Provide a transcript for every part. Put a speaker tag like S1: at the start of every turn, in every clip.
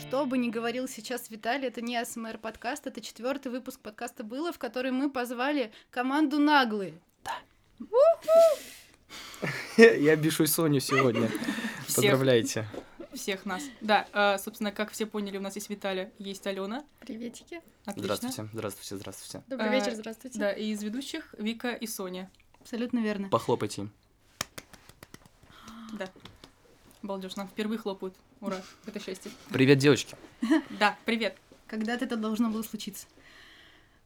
S1: Что бы ни говорил сейчас Виталий, это не АСМР-подкаст, это четвертый выпуск подкаста «Было», в который мы позвали команду «Наглые».
S2: Я бешу Соню сегодня.
S3: Всех.
S2: Поздравляйте.
S3: Всех нас. Да, э, собственно, как все поняли, у нас есть Виталия, есть Алена.
S4: Приветики.
S3: Отлично.
S2: Здравствуйте, здравствуйте, здравствуйте.
S4: Добрый
S3: Э,
S4: вечер, здравствуйте.
S3: Да, и из ведущих Вика и Соня.
S1: Абсолютно верно.
S2: Похлопайте им.
S3: Балдеж, нам впервые хлопают. Ура, это счастье.
S2: Привет, девочки.
S3: Да, привет.
S1: Когда-то это должно было случиться.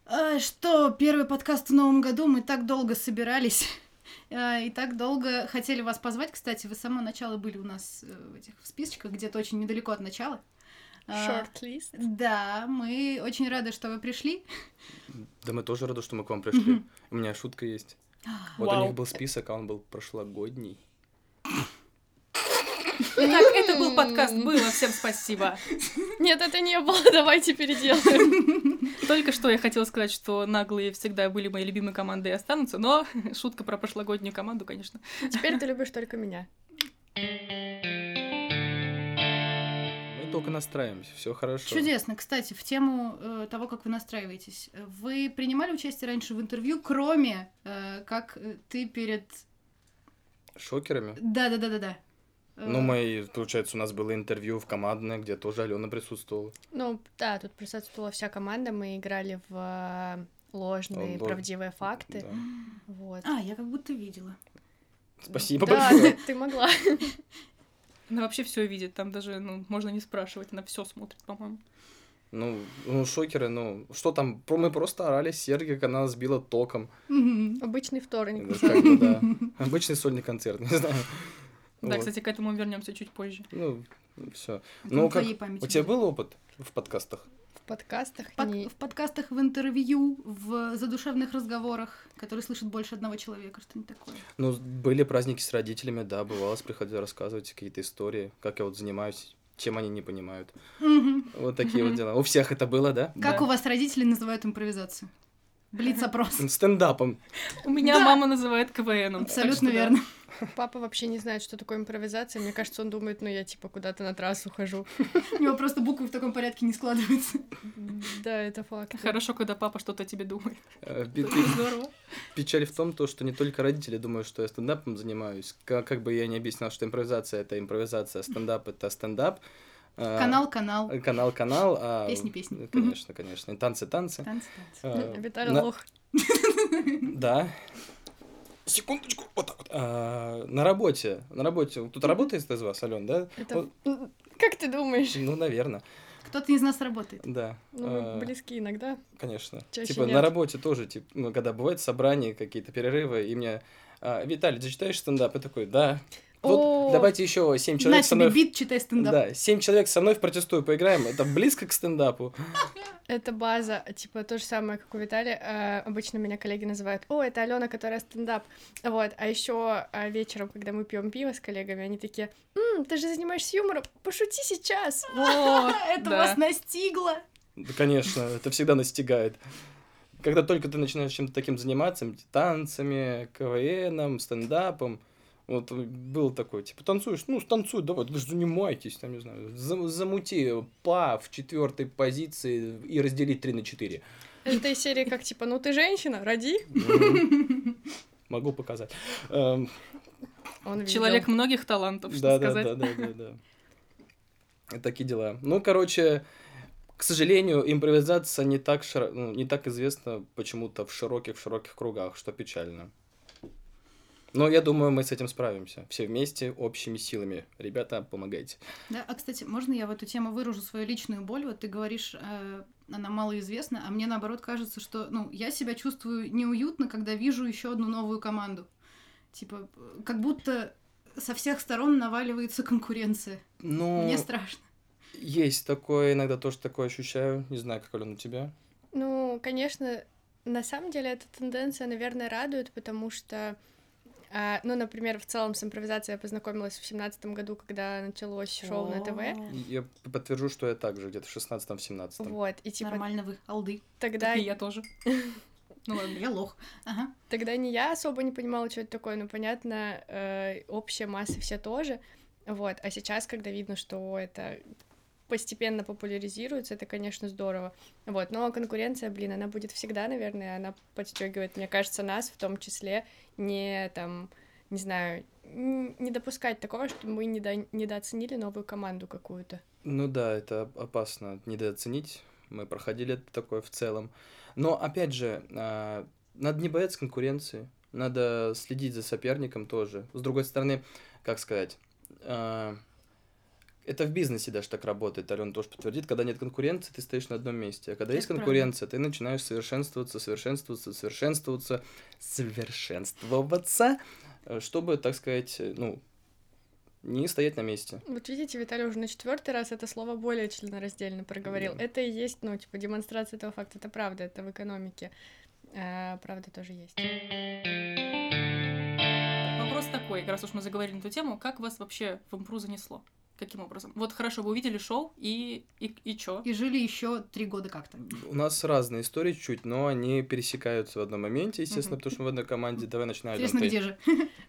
S1: А, что, первый подкаст в новом году, мы так долго собирались. а, И так долго хотели вас позвать. Кстати, вы с самого начала были у нас э, в этих в списочках, где-то очень недалеко от начала. А,
S4: Шорт-лист.
S1: Да, мы очень рады, что вы пришли.
S2: Да мы тоже рады, что мы к вам пришли.
S1: Мгм.
S2: У меня шутка есть. Вот у
S3: Вау.
S2: них был список, а он был прошлогодний.
S3: Итак, это был подкаст «Было». Всем спасибо.
S4: Нет, это не было, давайте переделаем.
S3: Только что я хотела сказать, что наглые всегда были моей любимой командой и останутся, но шутка про прошлогоднюю команду, конечно.
S4: Теперь ты любишь только меня.
S2: Мы только настраиваемся, все хорошо.
S1: Чудесно. Кстати, в тему э, того, как вы настраиваетесь. Вы принимали участие раньше в интервью, кроме э, как э, ты перед...
S2: Шокерами.
S1: Да-да-да-да-да. Э,
S2: Ну, мы, получается, у нас было интервью в командное, где тоже Алена присутствовала.
S4: Ну, да, тут присутствовала вся команда, мы играли в э, ложные,
S2: Лож-
S4: правдивые
S3: А
S4: факты.
S2: Да.
S4: Вот.
S1: А, я как будто видела.
S2: Спасибо
S4: да,
S2: большое.
S4: ты, ты могла.
S3: Она вообще все видит, там даже ну, можно не спрашивать, она все смотрит, по-моему.
S2: Ну, ну, шокеры, ну, что там, про- мы просто орали, Сергия, как она сбила током.
S1: Мгм.
S4: Обычный вторник.
S2: Это как бы, да. Обычный сольный концерт, не знаю.
S3: Да,
S2: Вот.
S3: кстати, к этому вернемся чуть позже.
S2: Ну, все.
S1: Это
S2: Ну,
S1: на
S2: как-
S1: твоей памяти
S2: У тебя
S1: будет.
S2: был опыт в подкастах?
S4: В подкастах
S1: В под-
S4: не-
S1: В подкастах, в интервью, в задушевных разговорах, которые слышит больше одного человека, что-нибудь такое.
S2: Ну, были праздники с родителями, да, бывало, приходилось рассказывать какие-то истории, как я вот занимаюсь, чем они не понимают.
S1: Мгм.
S2: Вот такие вот
S3: Мгм.
S2: дела. У всех это было, да?
S1: Как
S3: Да.
S1: у вас родители называют импровизацию? Блиц-опрос.
S2: Стендапом.
S3: У меня
S1: Да.
S3: мама называет КВНом.
S1: Абсолютно верно.
S4: Папа вообще не знает, что такое импровизация. Мне кажется, он думает, ну я типа куда-то на трассу хожу.
S1: У него просто буквы в таком порядке не складываются.
S4: Да, это факт.
S3: Хорошо, когда папа что-то о тебе думает.
S2: Э, пе-
S3: Это
S2: пе-
S3: здорово.
S2: Печаль в том, то, что не только родители думают, что я стендапом занимаюсь. Ка- Как бы я не объяснял, что импровизация — это импровизация, а стендап — это стендап. А,
S1: Канал-канал.
S2: э, Канал-канал. а-
S1: Песни-песни.
S2: Конечно, конечно. И танцы-танцы.
S1: Танцы-танцы.
S2: А,
S4: Ну, Виталий
S2: на-
S4: лох.
S2: Да. Секундочку, вот так вот. А, на работе. На работе. Тут работает из вас, Ален, да?
S4: Это...
S2: Вот,
S4: Как ты думаешь?
S2: ну, наверное,
S1: Кто-то из нас работает.
S2: да.
S4: Ну,
S2: А,
S4: мы близки иногда.
S2: Конечно.
S4: Чаще
S2: типа на
S4: нет.
S2: работе тоже, типа, ну, когда бывают собрания, какие-то перерывы, и мне а, Виталий, ты читаешь стендап? Я такой, да. Вот
S4: О.
S2: давайте еще семь
S1: На
S2: человек со
S1: тебе
S2: мной. в-
S1: бит, читай стендап.
S2: Да, семь человек со мной в протестую поиграем. Это близко к стендапу.
S4: Это база, типа то же самое, как у Виталия. Э, обычно меня коллеги называют, о, это Алена, которая стендап. Вот, а еще вечером, когда мы пьем пиво с коллегами, они такие, «М, ты же занимаешься юмором, пошути сейчас.
S3: О,
S1: Это
S3: да.
S1: вас настигло.
S2: Да, конечно, это всегда настигает. Когда только ты начинаешь чем-то таким заниматься, м, танцами, КВНом, стендапом, вот э, был такой, типа, танцуешь, ну, танцуй, давай, даже занимайтесь, там, не знаю, за- замути па в четвертой позиции и раздели 3 на 4.
S4: Это из серии как типа, ну ты женщина, роди.
S2: Могу показать. Эм,
S4: Он видел.
S3: Человек многих талантов, что
S2: Да, да,
S3: сказать.
S2: да, да, да, да. Вот Такие дела. Ну, короче, к сожалению, импровизация не так, широ- ну, не так известна почему-то в широких, в широких кругах, что печально. Но я думаю, мы с этим справимся. Все вместе, общими силами. Ребята, помогайте.
S1: Да, а кстати, можно я в эту тему выражу свою личную боль? Вот ты говоришь, э, она малоизвестна, а мне наоборот кажется, что ну, я себя чувствую неуютно, когда вижу еще одну новую команду. Типа, э, как будто со всех сторон наваливается конкуренция.
S2: Ну,
S1: Мне страшно.
S2: есть такое, иногда тоже такое ощущаю. Не знаю, как Алена у тебя.
S4: Ну, конечно, на самом деле эта тенденция, наверное, радует, потому что, а, ну, например, в целом с импровизацией я познакомилась в семнадцатом году, когда началось шоу на ТВ.
S2: Я п- подтвержу, что я так же, где-то в 16-17.
S4: Вот, и типа
S1: Нормально вы, алды.
S4: тогда
S3: Так и я тоже. Ну ладно.
S1: Я лох. Ага.
S4: Тогда не я особо не понимала, что это такое, но, понятно, э, общая масса все тоже. Вот, а сейчас, когда видно, что это постепенно популяризируется, это, конечно, здорово. Вот, но конкуренция, блин, она будет всегда, наверное, она подстегивает, мне кажется, нас в том числе не там, не знаю, н- не допускать такого, что мы недо- недооценили новую команду какую-то.
S2: Ну да, это оп- опасно недооценить. Мы проходили это такое в целом. Но опять же, а, надо не бояться конкуренции. Надо следить за соперником тоже. С другой стороны, как сказать, а, это в бизнесе даже так работает, Алена тоже подтвердит. Когда нет конкуренции, ты стоишь на одном месте. А когда есть
S1: Это правда.
S2: конкуренция, ты начинаешь совершенствоваться, совершенствоваться, совершенствоваться, совершенствоваться, э, чтобы, так сказать, э, ну, не стоять на месте.
S4: Вот видите, Виталий уже на четвертый раз это слово более членораздельно проговорил.
S2: Да.
S4: Это и есть, ну, типа, демонстрация этого факта. Это правда, это в экономике. А, правда тоже есть.
S3: Вопрос такой, как раз уж мы заговорили на эту тему, как вас вообще в импру занесло? Каким образом? Вот хорошо, вы увидели шоу, и, и, и чё?
S1: И жили еще три года как-то.
S2: У нас разные истории чуть, но они пересекаются в одном моменте, естественно,
S3: Мгм.
S2: потому что мы в одной команде. Давай начинай.
S1: Интересно,
S2: Алён, ты.
S1: где же?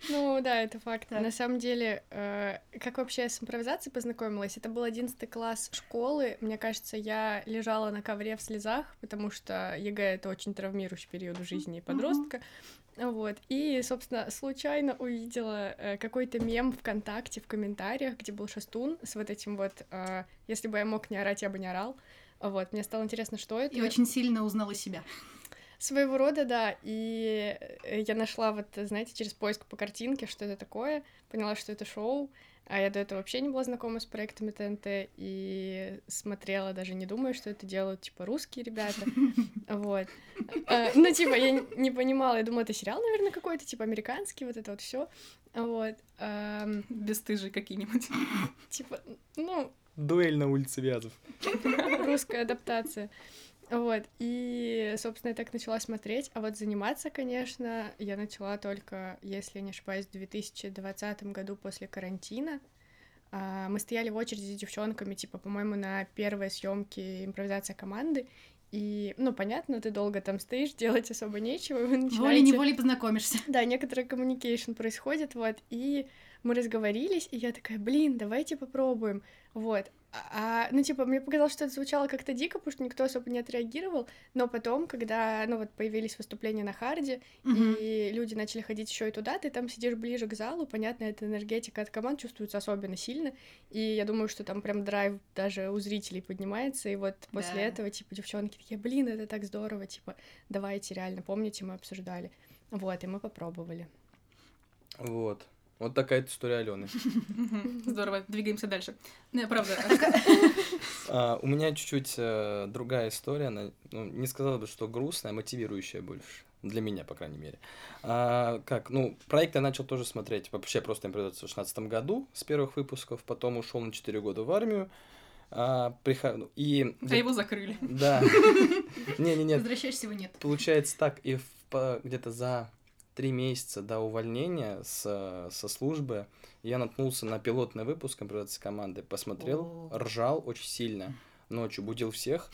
S4: Ну да, это факт.
S1: Так.
S4: На самом деле, э, как вообще я с импровизацией познакомилась? Это был 11 класс школы. Мне кажется, я лежала на ковре в слезах, потому что ЕГЭ — это очень травмирующий период в жизни подростка. Вот. И, собственно, случайно увидела э, какой-то мем ВКонтакте в комментариях, где был Шастун с вот этим вот э, «Если бы я мог не орать, я бы не орал». Вот. Мне стало интересно, что это.
S1: И очень сильно узнала себя.
S4: Своего рода, да. И э, я нашла вот, знаете, через поиск по картинке, что это такое, поняла, что это шоу, а я до этого вообще не была знакома с проектами ТНТ и смотрела, даже не думая, что это делают, типа, русские ребята. Вот. Э, Ну, типа, я н- не понимала, я думала, это сериал, наверное, какой-то, типа, американский, вот это вот все. Вот. Эм,
S3: Бесстыжие какие-нибудь.
S4: Типа, ну,
S2: Дуэль на улице Вязов.
S4: русская адаптация. Вот, и, собственно, я так начала смотреть, а вот заниматься, конечно, я начала только, если не ошибаюсь, в 2020 году после карантина. А, Мы стояли в очереди с девчонками, типа, по-моему, на первой съемке импровизация команды, и, ну, понятно, ты долго там стоишь, делать особо нечего, и вы начинаете...
S1: Волей-неволей познакомишься.
S4: Да, некоторый коммуникейшн происходит, вот, и мы разговорились, и я такая, блин, давайте попробуем, вот. А, а, ну, типа, мне показалось, что это звучало как-то дико, потому что никто особо не отреагировал, но потом, когда, ну, вот, появились выступления на Харде,
S1: Мгм.
S4: и люди начали ходить еще и туда, ты там сидишь ближе к залу, понятно, эта энергетика от команд чувствуется особенно сильно, и я думаю, что там прям драйв даже у зрителей поднимается, и вот после
S1: Да.
S4: этого, типа, девчонки такие, блин, это так здорово, типа, давайте, реально, помните, мы обсуждали. Вот, и мы попробовали.
S2: Вот. Вот такая эта история Алены.
S3: Мгм. Здорово, двигаемся дальше. Не, правда.
S2: А, у меня чуть-чуть э, другая история. Она, ну, не сказала бы, что грустная, а мотивирующая больше. Для меня, по крайней мере. А, как? Ну, проект я начал тоже смотреть. Вообще просто импровизацию в 2016 году с первых выпусков. Потом ушел на 4 года в армию. А, приха- ну, И...
S3: Да а его закрыли.
S2: Да. Не-не-не,
S1: Возвращаешься его нет.
S2: Получается так, и в по- где-то за три месяца до увольнения с, э, со службы я наткнулся на пилотный выпуск импровизации команды, посмотрел,
S1: О.
S2: ржал очень сильно, ночью будил всех,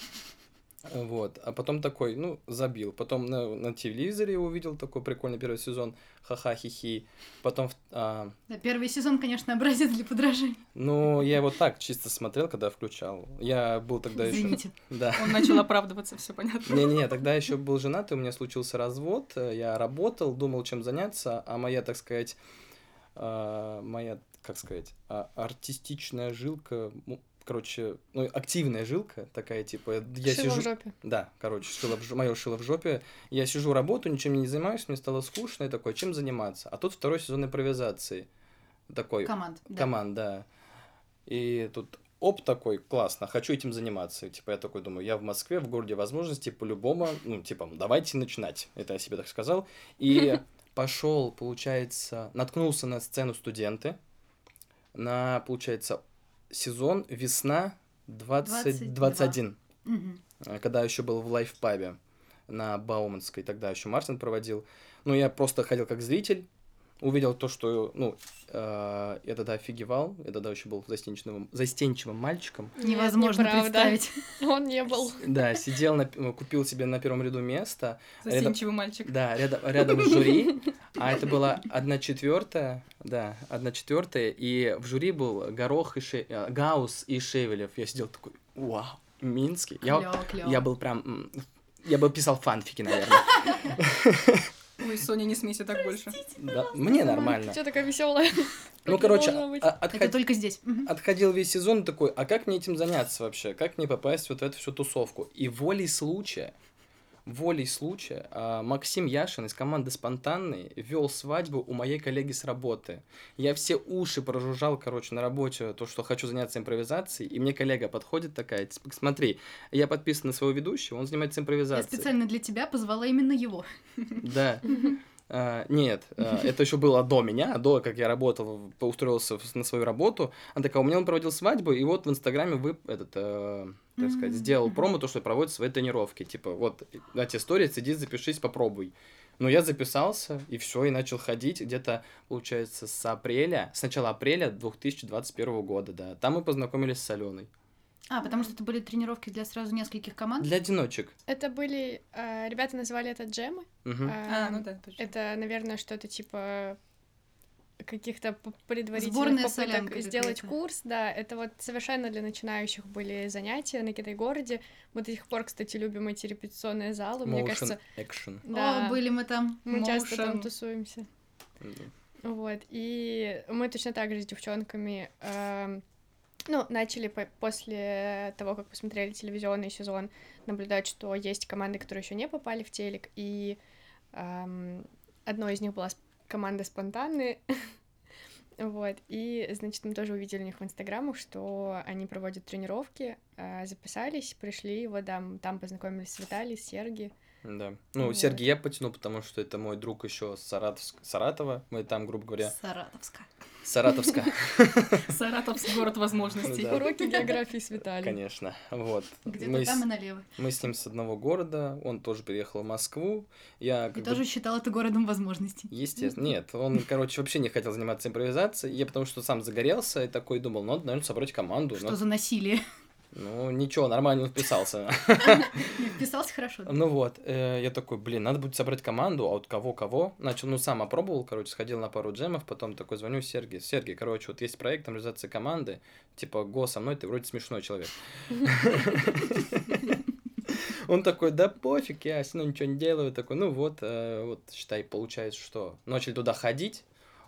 S2: вот, а потом такой, ну, забил, потом на, на телевизоре увидел такой прикольный первый сезон, ха-ха, хи-хи, потом, в- а,
S1: Да, первый сезон, конечно, образец для подражания.
S2: ну, я его так чисто смотрел, когда включал, я был тогда еще,
S1: Извините.
S2: да,
S3: Он начал оправдываться, все понятно.
S2: Не-не, тогда еще был женат, и у меня случился развод. э, Я работал, думал, чем заняться, а моя, так сказать, э, моя, как сказать, а, артистичная жилка, ну, короче, ну, активная жилка такая, типа, я
S4: Шило в
S2: сижу...
S4: жопе.
S2: Да, короче, шило в ж- мое шило в жопе. Я сижу, работаю, ничем не занимаюсь, мне стало скучно, и такой, чем заниматься? А тут второй сезон импровизации. Такой,
S1: Команд. да.
S2: команд, да. И тут оп такой, классно, хочу этим заниматься. И, типа я такой думаю, я в Москве, в городе возможности, по-любому, ну, типа, давайте начинать. Это я себе так сказал. И пошел, получается, наткнулся на сцену студенты, на, получается, сезон весна 20,
S1: 22.
S2: 21
S1: Мгм.
S2: э, когда еще был в лайф-пабе на Бауманской, тогда еще Мартин проводил. Ну, я просто ходил как зритель, увидел то, что, ну, э, я тогда офигевал, я тогда еще был застенчивым, застенчивым мальчиком.
S4: Нет,
S1: Невозможно
S4: неправда.
S1: представить.
S4: Он не был.
S2: Да, сидел, на п- купил себе на первом ряду место,
S3: Застенчивый мальчик.
S2: да, рядом, рядом с жюри, А это была одна четвертая, да, одна четвертая, и в жюри был Горох и Ше- э, Гаус и Шевелев. Я сидел такой, вау, Минский. Я,
S1: Клёво, клёво.
S2: я был прям, м, я бы писал фанфики, наверное.
S3: Ой, Соня, не смейся так больше.
S2: Да, Мне нормально.
S4: Что такая веселая?
S2: Ну, короче,
S4: должно быть.
S2: а-
S1: Это
S2: отходи-
S1: только здесь. Мгм.
S2: отходил весь сезон такой, а как мне этим заняться вообще? Как мне попасть вот в эту всю тусовку? И волей случая, волей случая, а, Максим Яшин из команды «Спонтанный» вел свадьбу у моей коллеги с работы. Я все уши прожужжал, короче, на работе, то, что хочу заняться импровизацией, и мне коллега подходит такая, типа, смотри, я подписан на своего ведущего, он занимается
S1: Я
S2: импровизацией.
S1: специально для тебя позвала именно его.
S2: Да. А, нет, а, это еще было до меня, до как я работал, в- устроился в- на свою работу. Она такая, у меня он проводил свадьбу, и вот в Инстаграме вы этот, э, так сказать,
S1: Мгм,
S2: сделал
S1: мгм.
S2: промо, то, что проводит свои тренировки. Типа, вот, дать истории, сиди, запишись, попробуй. Ну, я записался, и все, и начал ходить где-то, получается, с апреля, с начала апреля 2021 года, да. Там мы познакомились с Аленой.
S1: А, потому что это были тренировки для сразу нескольких команд?
S2: Для одиночек.
S4: Это были... э, Ребята называли это джемы.
S2: Мгм.
S3: А,
S4: Эм,
S3: ну да, точно.
S4: Это, наверное, что-то типа каких-то п- предварительных
S1: Сборная
S4: попыток
S1: солянка
S4: сделать
S1: какая-то.
S4: курс, да, это вот совершенно для начинающих были занятия на Китай-городе. Мы до сих пор, кстати, любим эти репетиционные залы, ну, мне
S2: Motion
S4: кажется,
S2: action.
S4: да,
S1: О, были мы там.
S4: мы часто там
S3: motion.
S4: тусуемся.
S2: Да.
S4: Вот, и мы точно так же с девчонками, эм, ну, начали по- после того, как посмотрели телевизионный сезон, наблюдать, что есть команды, которые еще не попали в телек, и эм, одной из них была сп- команда «Спонтанные», вот, и, значит, мы тоже увидели у них в инстаграмах, что они проводят тренировки, э, записались, пришли, вот там, там познакомились с Виталией, с Серги,
S2: Да. Ну,
S4: Вот.
S2: Сергей я потяну, потому что это мой друг еще с Саратовск... Саратова. Мы там, грубо говоря,
S1: Саратовска.
S2: с Саратовска,
S3: Саратовский город возможностей.
S2: Да.
S4: уроки географии с Виталией.
S2: конечно. Вот.
S1: Где-то
S2: Мы
S1: там и
S2: с...
S1: налево.
S2: мы с ним с одного города, он тоже переехал в Москву. Я
S1: И
S2: как бы-
S1: тоже считал это городом возможностей.
S2: Естественно. Нет, он, короче, вообще не хотел заниматься импровизацией. Я потому что сам загорелся и такой думал, ну, надо, наверное, собрать команду.
S1: Что
S2: Ну,
S1: за насилие?
S2: ну, ничего, нормально он вписался.
S1: Не, Вписался хорошо. да.
S2: Ну вот, э, я такой, блин, надо будет собрать команду, а вот кого-кого. Начал, ну, сам опробовал, короче, сходил на пару джемов, потом такой звоню Сергею. Сергей, короче, вот есть проект там реализации команды, типа, го, со мной ты вроде смешной человек. Он такой, да пофиг, я все равно ничего не делаю. Такой, ну вот, э, вот, считай, получается, что начали туда ходить,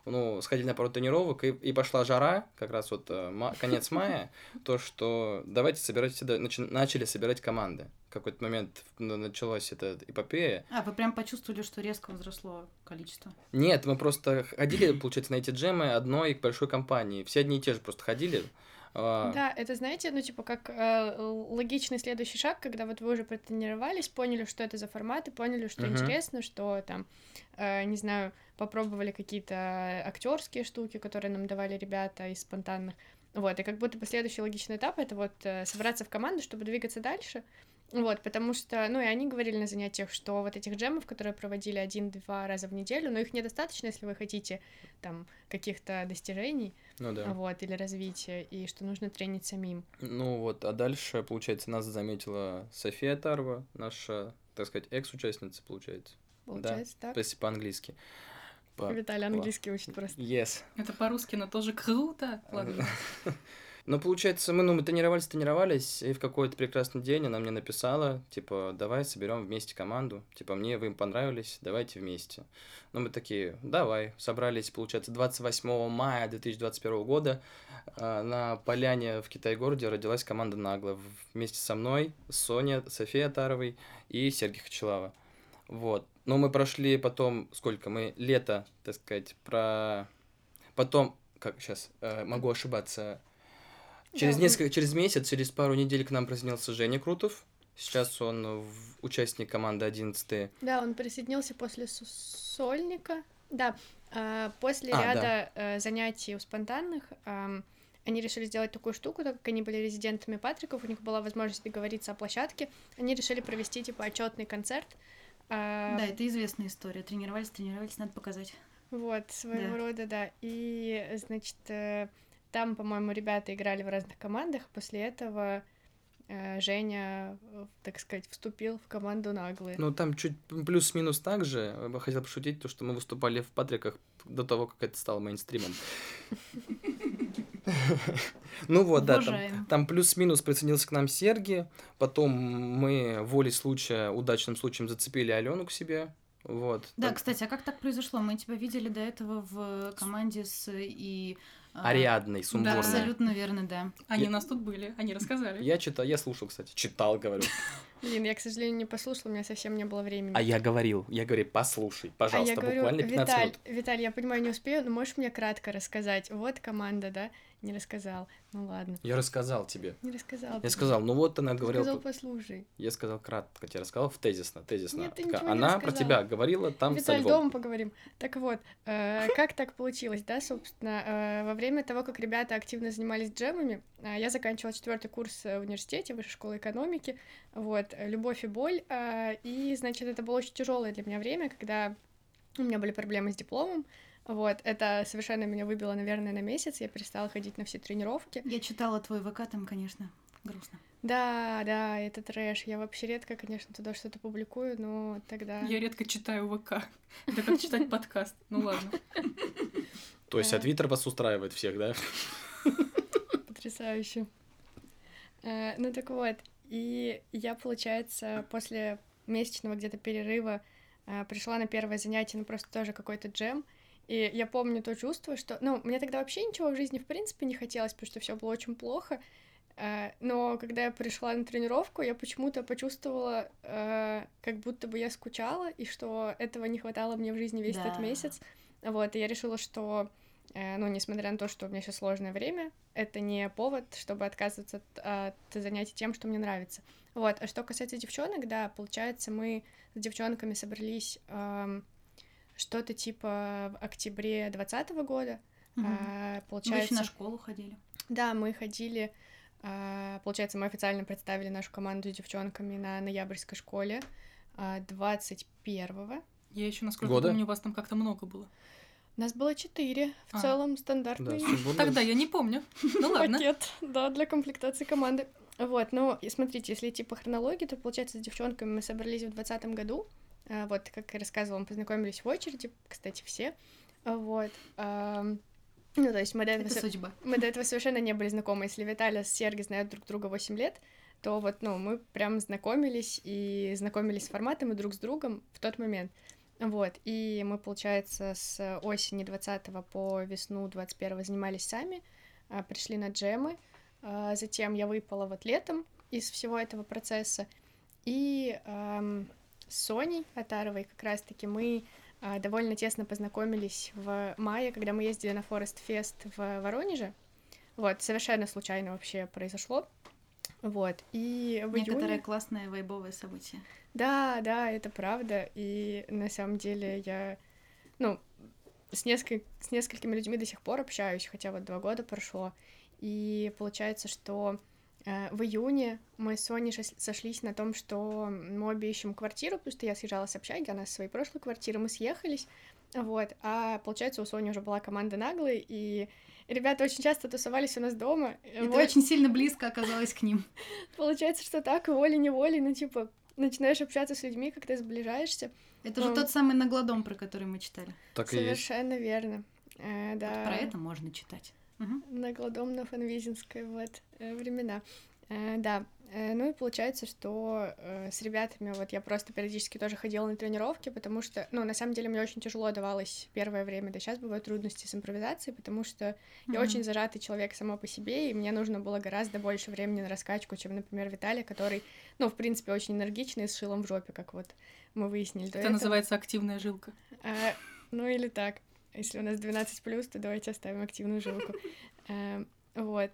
S2: ну, сходили на пару тренировок, и, и пошла жара, как раз вот э, ма- конец мая, то, что давайте собирать всегда, начали собирать команды. В какой-то момент ну, началась эта эпопея.
S1: А, вы прям почувствовали, что резко возросло количество.
S2: Нет, мы просто ходили, получается, на эти джемы одной большой компании. Все одни и те же просто ходили. а,
S4: Да, это, знаете, ну, типа, как э, л- логичный следующий шаг, когда вот вы уже протренировались, поняли, что это за форматы, поняли, что
S2: Мгм.
S4: интересно, что там, э, не знаю, попробовали какие-то актерские штуки, которые нам давали ребята из спонтанных. Вот, и как будто бы следующий логичный этап — это вот э, собраться в команду, чтобы двигаться дальше. Вот, потому что, ну, и они говорили на занятиях, что вот этих джемов, которые проводили один-два раза в неделю, но их недостаточно, если вы хотите там каких-то достижений,
S2: Ну да.
S4: А вот, или развития, и что нужно тренить самим.
S2: Ну вот, а дальше, получается, нас заметила София Тарва, наша, так сказать, экс-участница, получается.
S4: Получается так.
S2: Если по-английски. По-
S4: Виталий английский учит просто.
S2: Yes.
S3: Это по-русски, но тоже круто. Ладно.
S2: Ну, получается, мы, ну, мы тренировались, тренировались, и в какой-то прекрасный день она мне написала, типа, давай соберем вместе команду, типа, мне вы им понравились, давайте вместе. Ну, мы такие, давай, собрались, получается, 28 мая 2021 года а, на поляне в Китай-городе родилась команда «Нагло» в- вместе со мной, Соня, София Таровой и Сергей Хачелава. Вот. Но мы прошли потом, сколько мы лето, так сказать, про... Потом, как сейчас, могу ошибаться, Через
S4: Да,
S2: несколько, через месяц, через пару недель к нам присоединился Женя Крутов. Сейчас он в- участник команды 11
S4: Да, он присоединился после су- сольника. Да, а, после
S2: А, да.
S4: ряда э, занятий у спонтанных ам, они решили сделать такую штуку, так как они были резидентами Патриков, у них была возможность договориться о площадке, они решили провести типа отчетный концерт. а,
S1: Да, это известная история. Тренировались, тренировались, надо показать.
S4: Вот, своего
S1: Да.
S4: рода, да. И, значит, э, там, по-моему, ребята играли в разных командах. После а этого э, э, Женя, э, так сказать, вступил в команду наглые.
S2: Ну, там чуть плюс-минус так же. Я бы хотел пошутить, то, что мы выступали в патриках до того, как это стало мейнстримом. Ну вот, да, там,
S1: Уважаем.
S2: там плюс-минус присоединился к нам Серги, потом мы волей случая, удачным случаем зацепили Алену к себе, вот.
S1: Да,
S2: Так,
S1: кстати, а как так произошло? Мы тебя видели до этого в э, команде с и... а,
S2: Ариадной,
S1: Да,
S2: сумбурной.
S1: абсолютно верно, да.
S3: Они
S2: Я-
S3: у нас тут были, они рассказали.
S2: Я читал, я слушал, кстати. Читал, говорю.
S4: Блин, я, к сожалению, не послушала, у меня совсем не было времени.
S2: А я говорил, я говорю, послушай, пожалуйста,
S4: а я говорю,
S2: буквально 15
S4: Виталь,
S2: минут.
S4: Виталь, я понимаю, не успею, но можешь мне кратко рассказать? Вот команда, да? Не рассказал. Ну ладно.
S2: Я рассказал тебе.
S4: Не рассказал.
S2: Я сказал, ну вот она
S4: Ты
S2: говорила.
S4: сказал, послушай.
S2: Я сказал кратко, тебе рассказал в тезисно, тезисно.
S4: Нет, ты
S2: Такая,
S4: ничего не
S2: она про
S4: рассказала.
S2: тебя говорила там со
S4: Виталь,
S2: Львом.
S4: дома поговорим. Так вот, э, как так получилось, да, собственно, э, во время того, как ребята активно занимались джемами, э, я заканчивала четвертый курс э, в университете, высшей школы экономики, вот, э, любовь и боль, э, и, значит, это было очень тяжелое для меня время, когда у меня были проблемы с дипломом, вот, это совершенно меня выбило, наверное, на месяц, я перестала ходить на все тренировки.
S1: Я читала твой ВК, там, конечно, грустно.
S4: Да, да, это трэш, я вообще редко, конечно, туда что-то публикую, но тогда...
S3: Я редко читаю ВК. Это как читать подкаст. Ну ладно.
S2: То есть,
S4: Да.
S2: а Твиттер вас устраивает всех, да?
S4: Потрясающе. Э, Ну так вот, и я, получается, после месячного где-то перерыва э, пришла на первое занятие, ну просто тоже какой-то джем. И я помню то чувство, что, ну, мне тогда вообще ничего в жизни в принципе не хотелось, потому что все было очень плохо. Э, Но когда я пришла на тренировку, я почему-то почувствовала, э, как будто бы я скучала, и что этого не хватало мне в жизни весь этот
S1: Да.
S4: месяц. Вот, и я решила, что, э, ну, несмотря на то, что у меня сейчас сложное время, это не повод, чтобы отказываться от, от занятий тем, что мне нравится. Вот, а что касается девчонок, да, получается, мы с девчонками собрались эм, что-то типа в октябре 2020 года.
S1: Мгм.
S4: А,
S1: Вы еще
S4: получается,
S1: на школу ходили.
S4: да, мы ходили, а, получается, мы официально представили нашу команду девчонками на ноябрьской школе а, 21-го.
S3: Я еще, насколько
S2: Года?
S3: помню, вас там как-то много было.
S4: Нас было четыре, в
S3: А.
S4: целом
S2: Да,
S4: стандартный
S2: сумбурный.
S3: Тогда я не помню. Ну ладно.
S4: пакет, да, для комплектации команды. Вот, ну, и смотрите, если идти по хронологии, то, получается, с девчонками мы собрались в 2020 году. А, Вот, как я рассказывала, мы познакомились в очереди, кстати, все. А, Вот. ам, Ну, то есть мы до этого...
S1: Это
S4: со-
S1: судьба.
S4: Мы до этого совершенно не были знакомы. Если Виталя с Сергей знают друг друга 8 лет, то вот, ну, мы прям знакомились и знакомились с форматом и друг с другом в тот момент. Вот, и мы, получается, с осени 20 по весну 21 занимались сами, а, пришли на джемы, а, затем я выпала вот летом из всего этого процесса, и ам, с Соней Атаровой как раз-таки мы а, довольно тесно познакомились в мае, когда мы ездили на Форест Фест в Воронеже. Вот, совершенно случайно вообще произошло. Вот, и в
S1: Некоторое
S4: июне...
S1: классное вайбовое событие.
S4: Да, да, это правда, и на самом деле я, ну, с, несколь- с несколькими людьми до сих пор общаюсь, хотя вот два года прошло, и получается, что э, в июне мы с Соней шос- сошлись на том, что мы обе ищем квартиру, потому что я съезжала с общаги, она со своей прошлой квартиры, мы съехались, вот, а получается у Сони уже была команда наглые, и ребята очень часто тусовались у нас дома.
S1: И ты
S4: Вот.
S1: очень сильно близко оказалась к ним.
S4: Получается, что так, волей-неволей, ну, типа, начинаешь общаться с людьми, как ты сближаешься.
S1: Это же
S4: Ну.
S1: тот самый наглодом, про который мы читали.
S2: Так и есть.
S4: Совершенно верно. Э, да.
S1: Вот про это можно читать. Мгм.
S4: На Гладом, на Фанвизинской, вот, э, времена. Э, да, Э, ну и получается, что э, с ребятами вот я просто периодически тоже ходила на тренировки, потому что, ну, на самом деле мне очень тяжело давалось первое время, да сейчас бывают трудности с импровизацией, потому что я
S1: Мгм.
S4: очень зажатый человек сама по себе, и мне нужно было гораздо больше времени на раскачку, чем, например, Виталий, который, ну, в принципе, очень энергичный, и с шилом в жопе, как вот мы выяснили.
S3: Это
S4: до этого.
S3: называется активная жилка.
S4: А, ну или так. Если у нас 12 плюс, то давайте оставим активную жилку. Эм, Вот.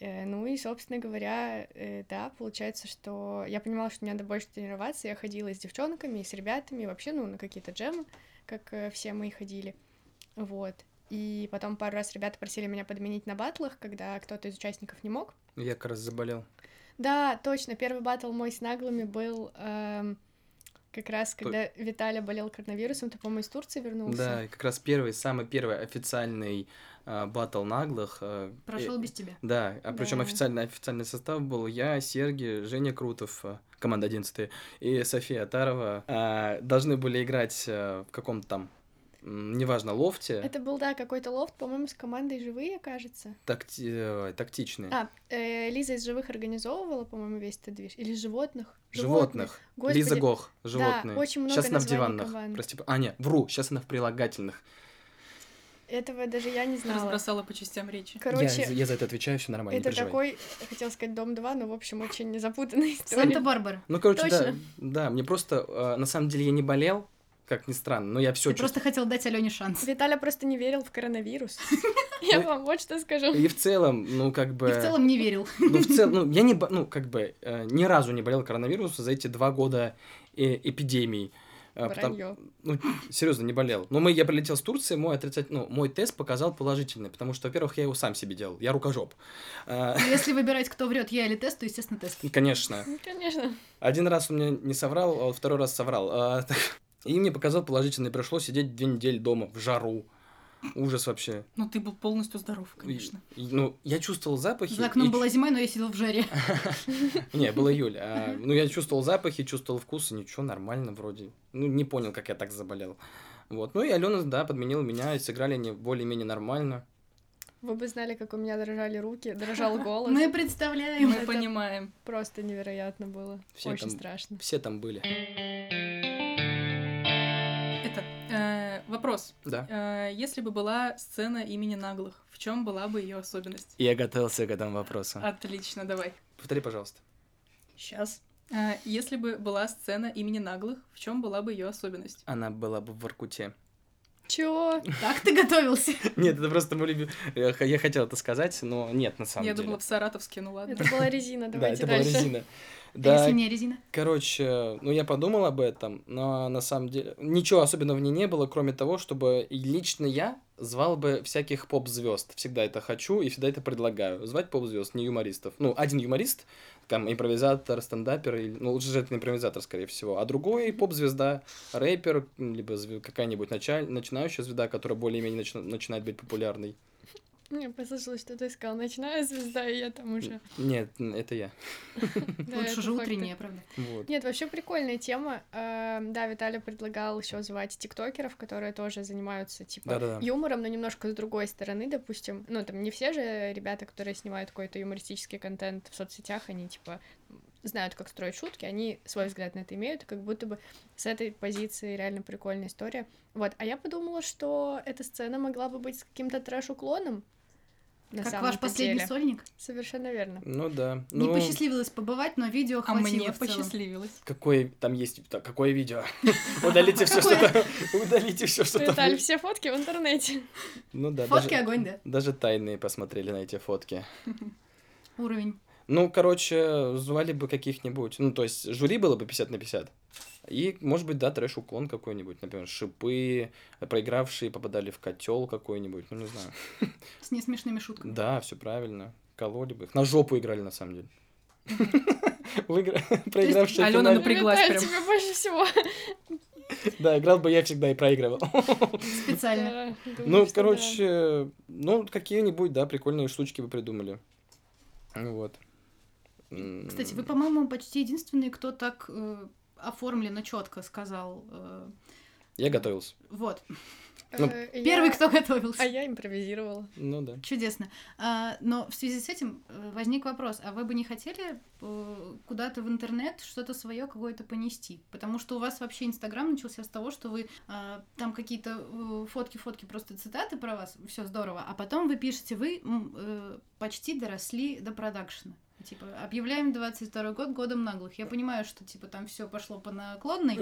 S4: Э, Ну и, собственно говоря, э, да, получается, что я понимала, что мне надо больше тренироваться. Я ходила и с девчонками, и с ребятами, и вообще, ну, на какие-то джемы, как э, все мы и ходили. Вот. И потом пару раз ребята просили меня подменить на батлах, когда кто-то из участников не мог.
S2: Я как раз заболел.
S4: Да, точно, первый батл мой с наглыми был эм, как раз, когда Виталя болел коронавирусом, ты, по-моему, из Турции вернулся.
S2: Да, и как раз первый, самый первый официальный а, батл наглых. а,
S1: Прошел
S2: э,
S1: без тебя.
S2: Да, а причем
S4: Да.
S2: официальный, официальный состав был я, Сергей, Женя Крутов, э, команда 11 и София Атарова. а, должны были играть э, в каком-то там, м, неважно, лофте,
S4: Это был, да, какой-то лофт, по-моему, с командой «Живые», кажется.
S2: такти- э, тактичный.
S4: А, э, Лиза из «Живых» организовывала, по-моему, весь этот движ. Или «Животных».
S2: Животных.
S4: Господи.
S2: Лиза Гох, животные.
S4: очень много
S2: сейчас она в
S4: названий
S2: диванных.
S4: команд.
S2: Прости, а, нет, вру, сейчас она в прилагательных.
S4: Этого даже я не знала.
S3: Разбросала по частям речи.
S4: Короче,
S2: я, я за это отвечаю, все нормально, не
S4: это
S2: переживай.
S4: такой, хотел сказать, «Дом 2», но, в общем, очень запутанная история.
S1: Санта-Барбара.
S2: Ну, короче, да,
S4: Точно.
S2: да, мне просто, э, на самом деле, я не болел, как ни странно, но я все
S1: Ты просто хотел дать Алене шанс.
S4: Виталя просто не верил в коронавирус. Я
S2: Ну,
S4: вам вот что скажу.
S2: И в целом, ну, как бы...
S1: И в целом не верил.
S2: Ну, в целом, ну, я не, бо- ну, как бы, э, ни разу не болел коронавирусом за эти два года э, эпидемии. Э, потом-
S4: Вранье.
S2: ну, серьезно, не болел. Но мы, я прилетел с Турции, мой отрицать, ну, мой тест показал положительный, потому что, во-первых, я его сам себе делал, я рукожоп. Э,
S1: Но Если выбирать, кто врет, я или тест, то, естественно, тест.
S2: Конечно.
S4: Ну, Конечно.
S2: Один раз он мне не соврал, а вот второй раз соврал. А, так, И мне показал положительный, пришлось сидеть две недели дома в жару. Ужас вообще.
S3: Ну, ты был полностью здоров, конечно.
S2: И- ну, я чувствовал запахи.
S1: За
S2: и
S1: окном
S2: чу-
S1: была зима, но я сидел в жаре.
S2: Не, был июль. а, ну, я чувствовал запахи, чувствовал вкус, и ничего, нормально вроде. Ну, не понял, как я так заболел. Вот. Ну, и Алена, да, подменила меня, и сыграли они более-менее нормально.
S4: Вы бы знали, как у меня дрожали руки, дрожал голос.
S1: Мы представляем.
S3: Мы понимаем.
S4: Просто невероятно было.
S2: Все
S4: Очень
S2: там-
S4: страшно.
S2: Все там были.
S3: Это э, вопрос.
S2: Да.
S3: Э, если бы была сцена имени наглых, в чем была бы ее особенность?
S2: Я готовился к этому вопросу.
S3: Отлично, давай.
S2: Повтори, пожалуйста.
S3: Сейчас. если бы была сцена имени наглых, в чем была бы ее особенность?
S2: Она была бы в Воркуте.
S4: Чего?
S1: Так ты готовился.
S2: Нет, это просто мой любимый... Я х- я хотел это сказать, но нет, на самом
S3: Я
S2: деле.
S3: думала в Саратовске, ну ладно.
S4: Это была резина,
S2: Да,
S4: давайте
S2: это была
S4: дальше.
S2: резина.
S1: А
S2: Да,
S1: Если не резина.
S2: короче, ну я подумал об этом, но на самом деле ничего особенного в ней не было, кроме того, чтобы и лично я звал бы всяких поп-звезд. Всегда это хочу и всегда это предлагаю. Звать поп-звезд, не юмористов. Ну, один юморист, там, импровизатор, стендапер, или- ну, лучше же это импровизатор, скорее всего, а другой поп-звезда, рэпер, м, либо зв- какая-нибудь началь- начинающая звезда, которая более-менее нач- начинает быть популярной.
S4: Мне послышалось, что ты сказал, ночная звезда, и я там уже.
S2: Нет, н- это я.
S4: Да,
S1: Лучше
S4: это
S1: же
S4: факты.
S1: утренняя, правда.
S2: Вот.
S4: Нет, вообще прикольная тема. Э, Да, Виталий предлагал еще звать тиктокеров, которые тоже занимаются, типа,
S2: Да-да-да.
S4: юмором, но немножко с другой стороны, допустим. Ну, там не все же ребята, которые снимают какой-то юмористический контент в соцсетях, они, типа, знают, как строить шутки, они свой взгляд на это имеют, и как будто бы с этой позиции реально прикольная история. Вот, а я подумала, что эта сцена могла бы быть с каким-то трэш-уклоном. на
S1: Как
S4: самом-то
S1: ваш последний
S4: деле.
S1: сольник.
S4: Совершенно верно.
S2: Ну да.
S1: Не
S2: Ну,
S1: посчастливилось побывать, но видео
S3: А мне
S1: хватило в целом.
S3: посчастливилось.
S2: Какое там есть так, какое видео? Удалите все, что там. Удалите все, что
S4: Виталь,
S2: там.
S4: все фотки в интернете.
S2: Ну да,
S1: Фотки
S2: даже-
S1: огонь, да.
S2: даже тайные посмотрели на эти фотки.
S1: Уровень.
S2: Ну, короче, звали бы каких-нибудь. Ну, то есть, жюри было бы 50 на 50. И, может быть, да, трэш-уклон какой-нибудь, например, шипы, проигравшие попадали в котел какой-нибудь, ну, не знаю.
S1: С несмешными шутками.
S2: Да, все правильно, кололи бы их. На жопу играли, на самом деле. Выигра- Проигравшие
S3: Алена
S1: Ну,
S2: финальный-
S3: Напряглась
S4: Виталь,
S3: прям.
S4: тебе типа больше всего.
S2: Да, играл бы я всегда и проигрывал.
S1: Специально.
S4: Да, думаю,
S2: Ну,
S4: что да.
S2: короче, ну, какие-нибудь, да, прикольные штучки бы придумали. Вот. М,
S1: Кстати, вы, по-моему, почти единственный, кто так э, оформленно четко сказал. э,
S2: Я готовился.
S1: вот.
S2: ну,
S4: Э, я-
S1: Первый, кто готовился.
S4: А я импровизировала.
S2: Ну да.
S1: Чудесно. А, но в связи с этим э, возник вопрос, а вы бы не хотели э, куда-то в интернет что-то свое какое-то понести? Потому что у вас вообще Инстаграм начался с того, что вы а, там какие-то э, фотки-фотки, просто цитаты про вас, все здорово, а потом вы пишете, вы м, э, почти доросли до продакшена. Типа, объявляем 22 год годом наглых. Я понимаю, что, типа, там все пошло по наклонной,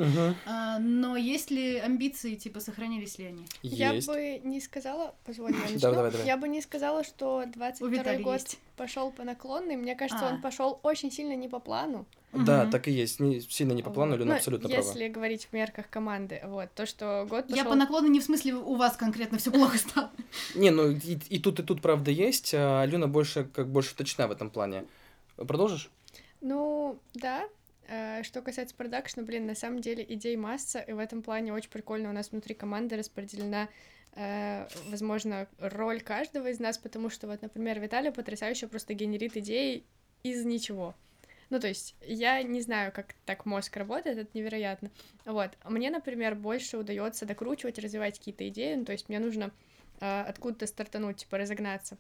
S1: а, но есть ли амбиции, типа, сохранились ли они?
S4: Я
S2: Есть.
S4: бы не сказала, позволь, я начну.
S2: Давай, давай, давай.
S4: Я бы не сказала, что
S1: У
S4: 22
S1: Виталия
S4: год
S1: есть.
S4: пошел по наклонной. Мне кажется,
S1: А.
S4: он пошел очень сильно не по плану.
S2: Да,
S1: Мгм.
S2: так и есть. Не- Сильно не по плану,
S4: Вот.
S2: Алена
S4: Ну,
S2: абсолютно права.
S4: Если говорить в мерках команды, вот то, что год
S1: Я
S4: пошёл-
S1: по наклону не в смысле у вас конкретно все плохо стало.
S2: Не, ну и, и тут, и тут правда есть, а Алена больше, как больше точна в этом плане. Продолжишь?
S4: Ну, да. Э, Что касается продакшна, блин, на самом деле идей масса, и в этом плане очень прикольно у нас внутри команды распределена э, возможно, роль каждого из нас, потому что вот, например, Виталий потрясающе просто генерит идеи из ничего. Ну, то есть, я не знаю, как так мозг работает, это невероятно. Вот. Мне, например, больше удается докручивать, развивать какие-то идеи, ну, то есть, мне нужно э, откуда-то стартануть, типа, разогнаться.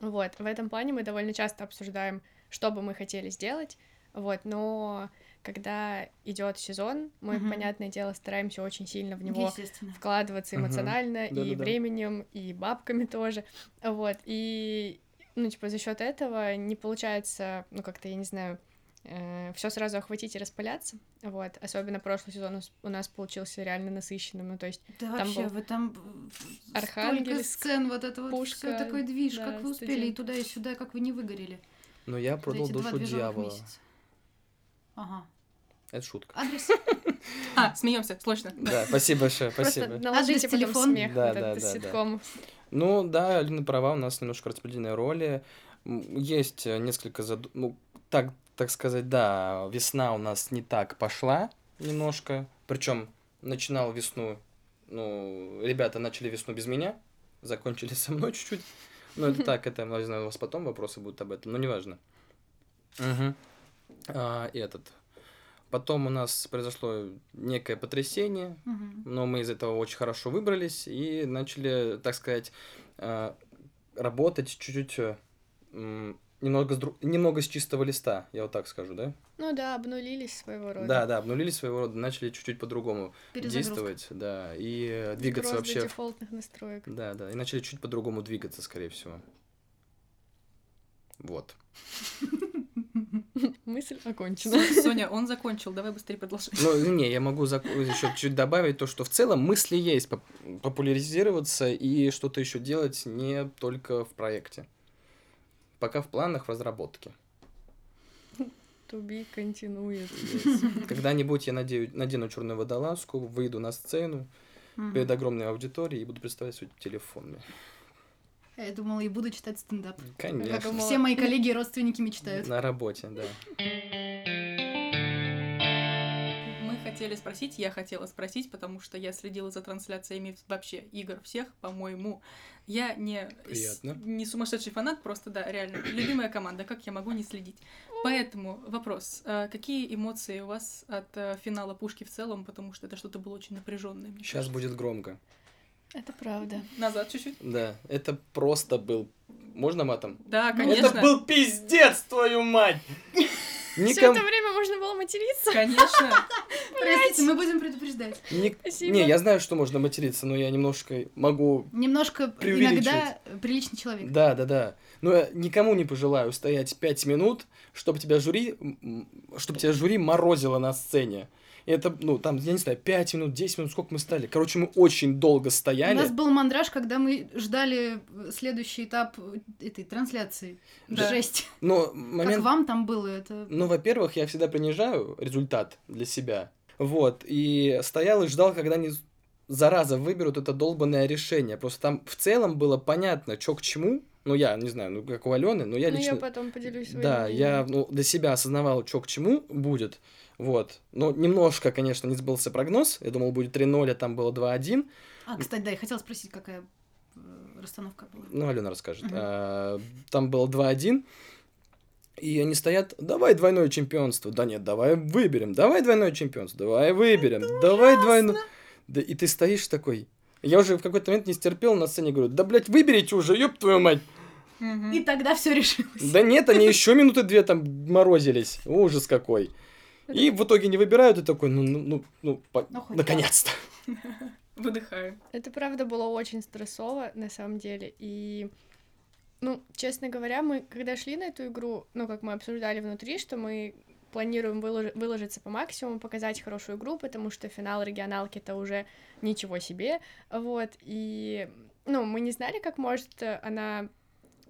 S4: Вот. В этом плане мы довольно часто обсуждаем, что бы мы хотели сделать, вот, но когда идет сезон, мы,
S1: Мгм.
S4: понятное дело, стараемся очень сильно в него
S1: Естественно.
S4: вкладываться
S2: Мгм.
S4: эмоционально и
S2: Да-да-да.
S4: временем, и бабками тоже. Вот. И, ну, типа, за счет этого не получается, ну, как-то, я не знаю, все сразу охватить и распыляться. Вот. Особенно прошлый сезон у нас- у нас получился реально насыщенным. Ну, то есть,
S1: Да
S4: Там
S1: вообще,
S4: был
S1: вы там б- столько
S4: Архангельск,
S1: сцен, вот это вот
S4: Пушка,
S1: все такой движ,
S4: да,
S1: как вы успели и
S4: студент.
S1: туда, и сюда, как вы не выгорели.
S2: Но Ну, я
S1: за
S2: продал
S1: эти два
S2: душу
S1: движовых
S2: дьявола.
S1: месяца. Ага.
S2: Это шутка.
S1: Адрес?
S3: А, смеемся, срочно.
S2: Да, спасибо большое,
S4: просто
S2: спасибо.
S1: Адрес,
S4: наложите потом
S1: телефон.
S4: смех
S2: Да,
S4: вот
S2: да,
S4: этот
S2: да, да.
S4: ситком.
S2: Ну да, Алина права, у нас немножко распределены роли. М, Есть э, несколько заду... Ну, так, так сказать, да, весна у нас не так пошла немножко. Причем начинал весну, ну, ребята начали весну без меня, закончили со мной чуть-чуть. Ну, это так, это, я знаю, у вас потом вопросы будут об этом, но неважно. Угу. А, и этот. Потом у нас произошло некое потрясение,
S1: Мгм.
S2: но мы из этого очень хорошо выбрались и начали, так сказать, э, работать чуть-чуть э, м, немного с, дру- немного с чистого листа, я вот так скажу, да?
S4: Ну да, обнулились своего рода.
S2: Да, да, обнулили своего рода, начали чуть-чуть по-другому
S1: Перезагрузка.
S2: действовать, да, и э, двигаться
S4: Грозды
S2: вообще.
S4: дефолтных настроек.
S2: Да, да, и начали чуть по-другому двигаться, скорее всего. Вот.
S4: Мысль окончена.
S3: Со- Соня, он закончил, давай быстрее продолжим.
S2: Ну, не, я могу еще чуть добавить то, что в целом мысли есть поп- популяризироваться и что-то еще делать не только в проекте. Пока в планах в разработке.
S4: Туби континует.
S2: Когда-нибудь я надею, надену черную водолазку, выйду на сцену
S1: Мгм.
S2: перед огромной аудиторией и буду представлять свой телефон.
S1: А Я думала, и буду читать стендап.
S2: Конечно.
S4: Думала-
S1: Все мои коллеги и родственники мечтают.
S2: На работе, да.
S3: Мы хотели спросить, я хотела спросить, потому что я следила за трансляциями вообще игр всех, по-моему. Я не, с-
S2: Приятно.
S3: не сумасшедший фанат, просто, да, реально, любимая команда, как я могу не следить. Поэтому вопрос, э, какие эмоции у вас от э, финала Пушки в целом, потому что это что-то было очень напряженное.
S2: Сейчас будет громко.
S4: Это правда.
S3: Назад чуть-чуть.
S2: Да, это просто был... Можно матом?
S3: Да,
S2: Это
S3: конечно.
S2: был пиздец, твою мать!
S4: Все
S2: Ником...
S4: это время можно было материться.
S3: Конечно.
S1: Простите, мы будем предупреждать.
S2: Ник-
S4: Спасибо.
S2: Не, я знаю, что можно материться, но я немножко могу...
S1: Немножко
S2: Преувеличивать.
S1: иногда приличный человек.
S2: Да, да, да. Но я никому не пожелаю стоять пять минут, чтобы тебя жюри, чтобы тебя жюри морозило на сцене. И Это, ну, там, я не знаю, пять минут, 10 минут, сколько мы стали. Короче, мы очень долго
S1: У нас
S2: стояли.
S1: был мандраж, когда мы ждали следующий этап этой трансляции.
S3: Да.
S1: Жесть.
S2: Но
S1: Как
S2: момент...
S1: вам там было это?
S2: Ну, во-первых, я всегда принижаю результат для себя. Вот. И стоял и ждал, когда они, зараза, выберут это долбанное решение. Просто там в целом было понятно, что к чему. Ну, я не знаю, ну, как у Алены, но я
S4: Ну,
S2: лично...
S4: я потом поделюсь своим
S2: Да,
S4: мнением.
S2: я ну, для себя осознавал, что к чему будет. Вот. Но немножко, конечно, не сбылся прогноз. Я думал, будет 3-0, а там было 2-1.
S1: А, кстати, да, я хотела спросить, какая э, расстановка была.
S2: Ну, Алена расскажет.
S1: Мгм.
S2: А, Там было 2-1. И они стоят, давай двойное чемпионство. Да нет, давай выберем. Давай двойное чемпионство. Давай выберем. давай двойное. Да и ты стоишь такой. Я уже в какой-то момент не стерпел на сцене, говорю, да, блядь, выберите уже, ёб твою мать.
S3: Мгм.
S1: И тогда все решилось.
S2: Да нет, они еще минуты две там морозились. Ужас какой. И в итоге не выбирают, и такой, ну, ну, ну, ну, по-
S1: Ну, хоть
S2: наконец-то.
S3: Выдыхаю.
S4: Это правда было очень стрессово, на самом деле. И, ну, честно говоря, мы когда шли на эту игру, ну, как мы обсуждали внутри, что мы планируем вылож- выложиться по максимуму, показать хорошую игру, потому что финал регионалки это уже ничего себе. Вот, и, ну, мы не знали, как может э, она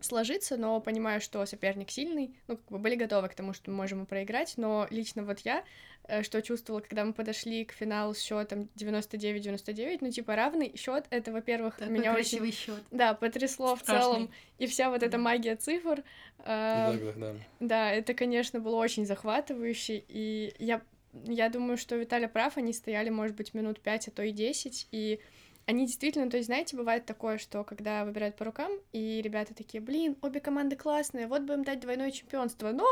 S4: сложиться, но понимаю, что соперник сильный, ну, как бы были готовы к тому, что мы можем и проиграть, но лично вот я, э, что чувствовала, когда мы подошли к финалу с счетом 99-99, ну, типа, равный счет, это, во-первых,
S1: Такой
S4: меня очень...
S1: красивый счет.
S4: Да, потрясло
S3: Страшный.
S4: в целом, и вся вот эта
S3: Да.
S4: магия цифр. э,
S2: Да, да, да.
S4: да, это, конечно, было очень захватывающе, и я, я думаю, что Виталий прав, они стояли, может быть, минут пять, а то и 10, и Они действительно, то есть, знаете, бывает такое, что когда выбирают по рукам, и ребята такие, блин, обе команды классные, вот бы им дать двойное чемпионство, но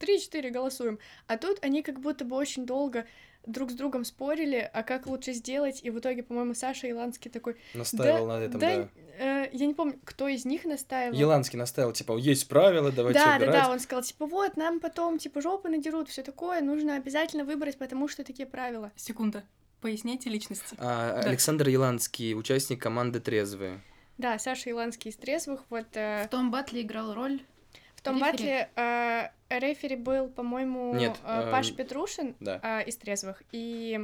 S4: 3-4 голосуем. А тут они как будто бы очень долго друг с другом спорили, а как лучше сделать, и в итоге, по-моему, Саша Иланский такой,
S2: Настаивал на этом, да.
S4: э, я не помню, кто из них настаивал.
S2: Еланский настаивал, типа, есть правила, давайте
S4: Да, да,
S2: убирать.
S4: да, он сказал, типа, вот, нам потом, типа, жопы надерут, все такое, нужно обязательно выбрать, потому что такие правила.
S3: Секунда. Поясняйте личности.
S2: А,
S3: Да.
S2: Александр Еланский, участник команды «Трезвые».
S4: Да, Саша Иланский из трезвых, вот э,
S1: В том батле играл роль
S4: в том
S1: Рефери.
S4: батле э, рефери был, по-моему,
S2: Нет,
S4: э,
S2: э,
S4: Паш Петрушин
S2: Да.
S4: э, из трезвых, и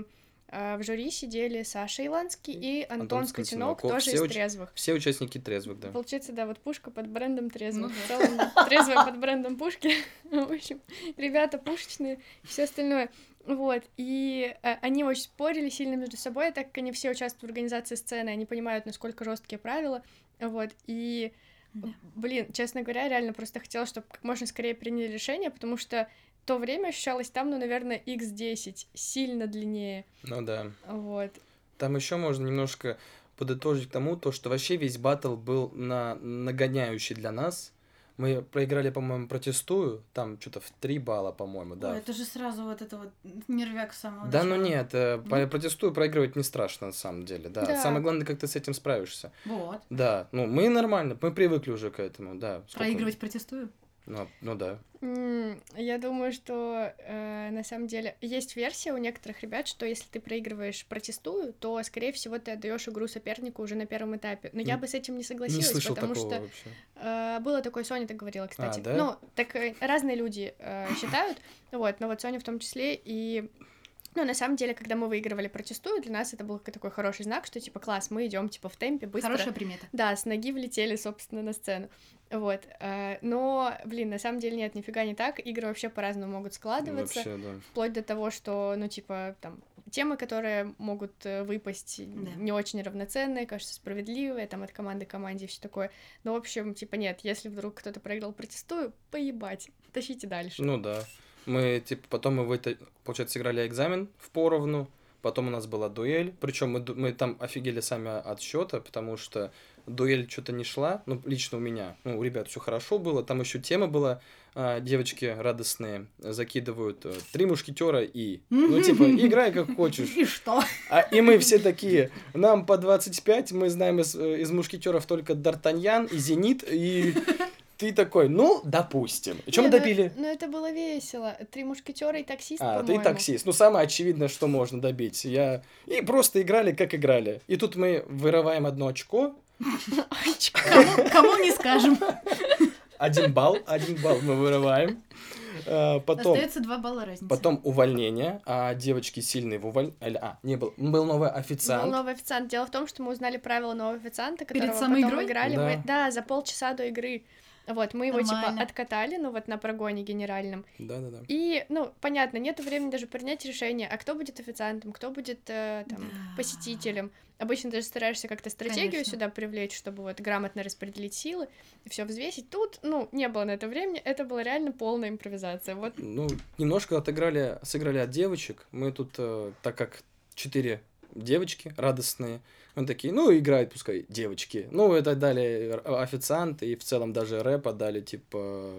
S4: э, в жюри сидели Саша Иланский и Антон,
S2: Антон
S4: Скотинок,
S2: Скотинок. О,
S4: тоже
S2: все
S4: из
S2: очень-
S4: трезвых.
S2: Все участники «Трезвых», да.
S4: Получается, да, вот пушка под брендом трезвых.
S3: Ну
S4: в
S3: да.
S4: целом, трезвая под брендом пушки. В общем, ребята пушечные и все остальное. Вот, и э, они очень спорили сильно между собой, так как они все участвуют в организации сцены, они понимают, насколько жесткие правила, вот, и,
S1: Да.
S4: блин, честно говоря, реально просто хотела, чтобы как можно скорее приняли решение, потому что то время ощущалось там, ну, наверное, x10, сильно длиннее,
S2: Ну да.
S4: вот.
S2: Там еще можно немножко подытожить к тому, то, что вообще весь батл был на... нагоняющий для нас. Мы проиграли, по-моему, протестую, там что-то в 3 балла, по-моему, да.
S1: Ой, это же сразу вот это вот нервяк с самого
S2: Да, ну
S1: начала.
S2: нет, э, по-
S1: Ну.
S2: протестую проигрывать не страшно, на самом деле, да.
S4: Да.
S2: Самое главное, как ты с этим справишься.
S1: Вот.
S2: Да, ну мы нормально, мы привыкли уже к этому, да. Сколько-
S1: Проигрывать протестую.
S2: Ну, ну да.
S4: М, Я думаю, что э, на самом деле есть версия у некоторых ребят, что если ты проигрываешь протестую, то, скорее всего, ты отдаешь игру сопернику уже на первом этапе. Но я
S2: Н-
S4: бы с этим не
S2: Не
S4: согласилась,
S2: слышал
S4: потому
S2: такого
S4: что
S2: вообще. Ну,
S4: э, было такое, Соня так говорила, кстати.
S2: да?
S4: Ну, так э, разные люди э, считают, вот, но вот Соня в том числе и. Ну, на самом деле, когда мы выигрывали протестую, для нас это был такой хороший знак, что типа класс, мы идем типа в темпе быстро.
S1: Хорошая примета.
S4: Да, с ноги влетели, собственно, на сцену. Вот. э, Но, блин, на самом деле нет, нифига не так. Игры вообще по-разному могут складываться.
S2: Вообще, да.
S4: Вплоть до того, что, ну, типа, там, темы, которые могут э, выпасть,
S1: Да.
S4: не очень равноценные, кажется, справедливые, там, от команды к команде и все такое. Но, в общем, типа, нет, если вдруг кто-то проиграл, протестую, поебать, тащите дальше.
S2: Ну да. Мы, типа, потом мы, выта- получается, сыграли экзамен в поровну, потом у нас была дуэль, причем мы, ду- мы там офигели сами от счета, потому что дуэль что-то не шла, ну, лично у меня, ну, у ребят все хорошо было, там еще тема была, а, девочки радостные закидывают э, три мушкетера и, ну, типа, играй как хочешь.
S1: И что?
S2: А, и мы все такие, нам по 25, мы знаем из, э, из мушкетеров только Д'Артаньян и Зенит, и ты такой, ну, допустим. Чем мы
S4: Не, ну,
S2: добили?
S4: Ну, это было весело. Три мушкетера и таксист,
S2: А, ты и
S4: по-моему.
S2: таксист. Ну, самое очевидное, что можно добить. Я... И просто играли, как играли. И тут мы вырываем одно очко,
S1: Кому, кому не скажем.
S2: один балл, один балл мы вырываем. А, Потом,
S1: Остается два балла разницы.
S2: потом увольнение, а девочки сильные в уволь... Аль- А, не был, был новый
S4: Был
S2: официант.
S4: новый официант. Дело в том, что мы узнали правила нового официанта, которого
S1: самой
S4: потом
S1: игрой?
S4: играли.
S2: Да.
S4: Мы, да, за полчаса до игры. Вот, мы его
S1: Нормально.
S4: типа откатали, ну вот на прогоне генеральном.
S2: Да-да-да.
S4: И, ну, понятно, нет времени даже принять решение, а кто будет официантом, кто будет э, там
S1: Да.
S4: посетителем. Обычно даже стараешься как-то стратегию
S1: Конечно.
S4: сюда привлечь, чтобы вот грамотно распределить силы и все взвесить. Тут, ну, не было на это времени, это была реально полная импровизация. Вот
S2: Ну, немножко отыграли, сыграли от девочек. Мы тут, э, так как четыре девочки радостные, мы такие, ну, играют пускай девочки. Ну, это дали р- официант, и в целом даже рэп отдали, типа,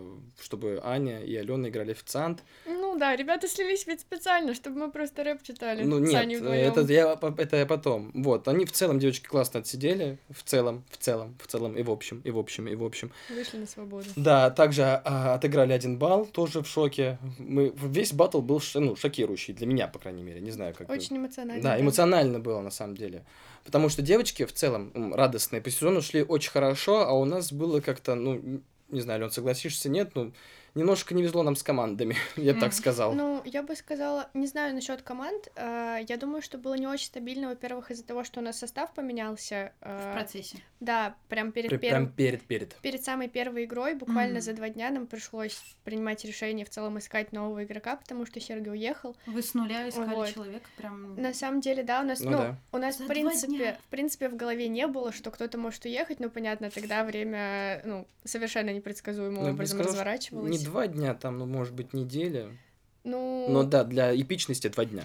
S2: чтобы Аня и Алена играли официант.
S4: Ну да, ребята слились ведь специально, чтобы мы просто рэп читали.
S2: Ну,
S4: с
S2: нет,
S4: Аней
S2: э,
S4: вдвоём.
S2: это я, по- это я потом. Вот, они в целом, девочки, классно отсидели. В целом, в целом, в целом, и в общем, и в общем, и в общем.
S4: Вышли на свободу.
S2: Да, также а, отыграли один балл, тоже в шоке. Мы, весь батл был ш- ну, шокирующий, для меня, по крайней мере. Не знаю, как...
S4: Очень эмоционально.
S2: Да, эмоционально было на самом деле. Потому что девочки в целом м, радостные по сезону шли очень хорошо, а у нас было как-то, ну, н- не знаю, Лен, согласишься, нет, ну, немножко не везло нам с командами, я бы
S1: Мгм.
S2: так сказал.
S4: Ну, я бы сказала, не знаю насчет команд, э, я думаю, что было не очень стабильно, во-первых, из-за того, что у нас состав поменялся. э,
S1: В процессе.
S4: да, прям перед
S2: При-
S4: первым-
S2: Прям перед, перед.
S4: Перед самой первой игрой, буквально
S1: Мгм.
S4: за два дня, нам пришлось принимать решение в целом искать нового игрока, потому что Сергей уехал.
S1: Вы с нуля искали
S4: Вот.
S1: человека прям...
S4: На самом деле, да, у нас, ну,
S2: Ну да.
S4: у нас
S1: За
S4: в
S1: два
S4: принципе,
S1: дня.
S4: в принципе в голове не было, что кто-то может уехать, но понятно, тогда время, ну, совершенно непредсказуемым
S2: Ну, я бы
S4: образом
S2: сказал, что
S4: разворачивалось.
S2: Не два дня там, ну, может быть, неделя.
S4: Ну,
S2: Но да, для эпичности два дня.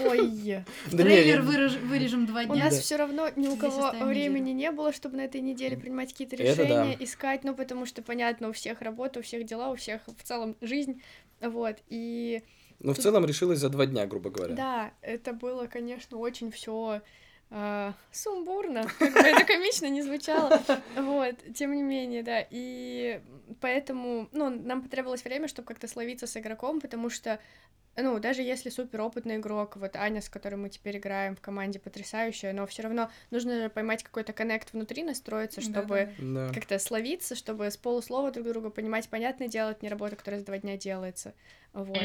S4: ой,
S2: Да не,
S1: Трейлер
S2: я-
S1: выраж- вырежем два
S4: у
S1: дня.
S4: нас
S2: Да.
S4: все равно ни у
S1: Здесь
S4: кого
S1: оставим
S4: времени не было, чтобы на этой неделе принимать какие-то
S2: Это да.
S4: решения, искать, ну, потому что, понятно, у всех работа, у всех дела, у всех в целом жизнь, вот, и
S2: Ну, в целом решилось за два дня, грубо говоря.
S4: Да, это было, конечно, очень все сумбурно, как бы это комично не звучало. Вот, тем не менее, да. И поэтому, ну, нам потребовалось время, чтобы как-то словиться с игроком, потому что, ну, даже если суперопытный игрок, вот Аня, с которой мы теперь играем в команде, потрясающая, но все равно нужно же поймать какой-то коннект внутри, настроиться, чтобы
S3: Да-да-да.
S2: Да.
S4: как-то словиться, чтобы с полуслова друг друга понимать, понятное дело, это не работа, которая за два дня делается. Вот.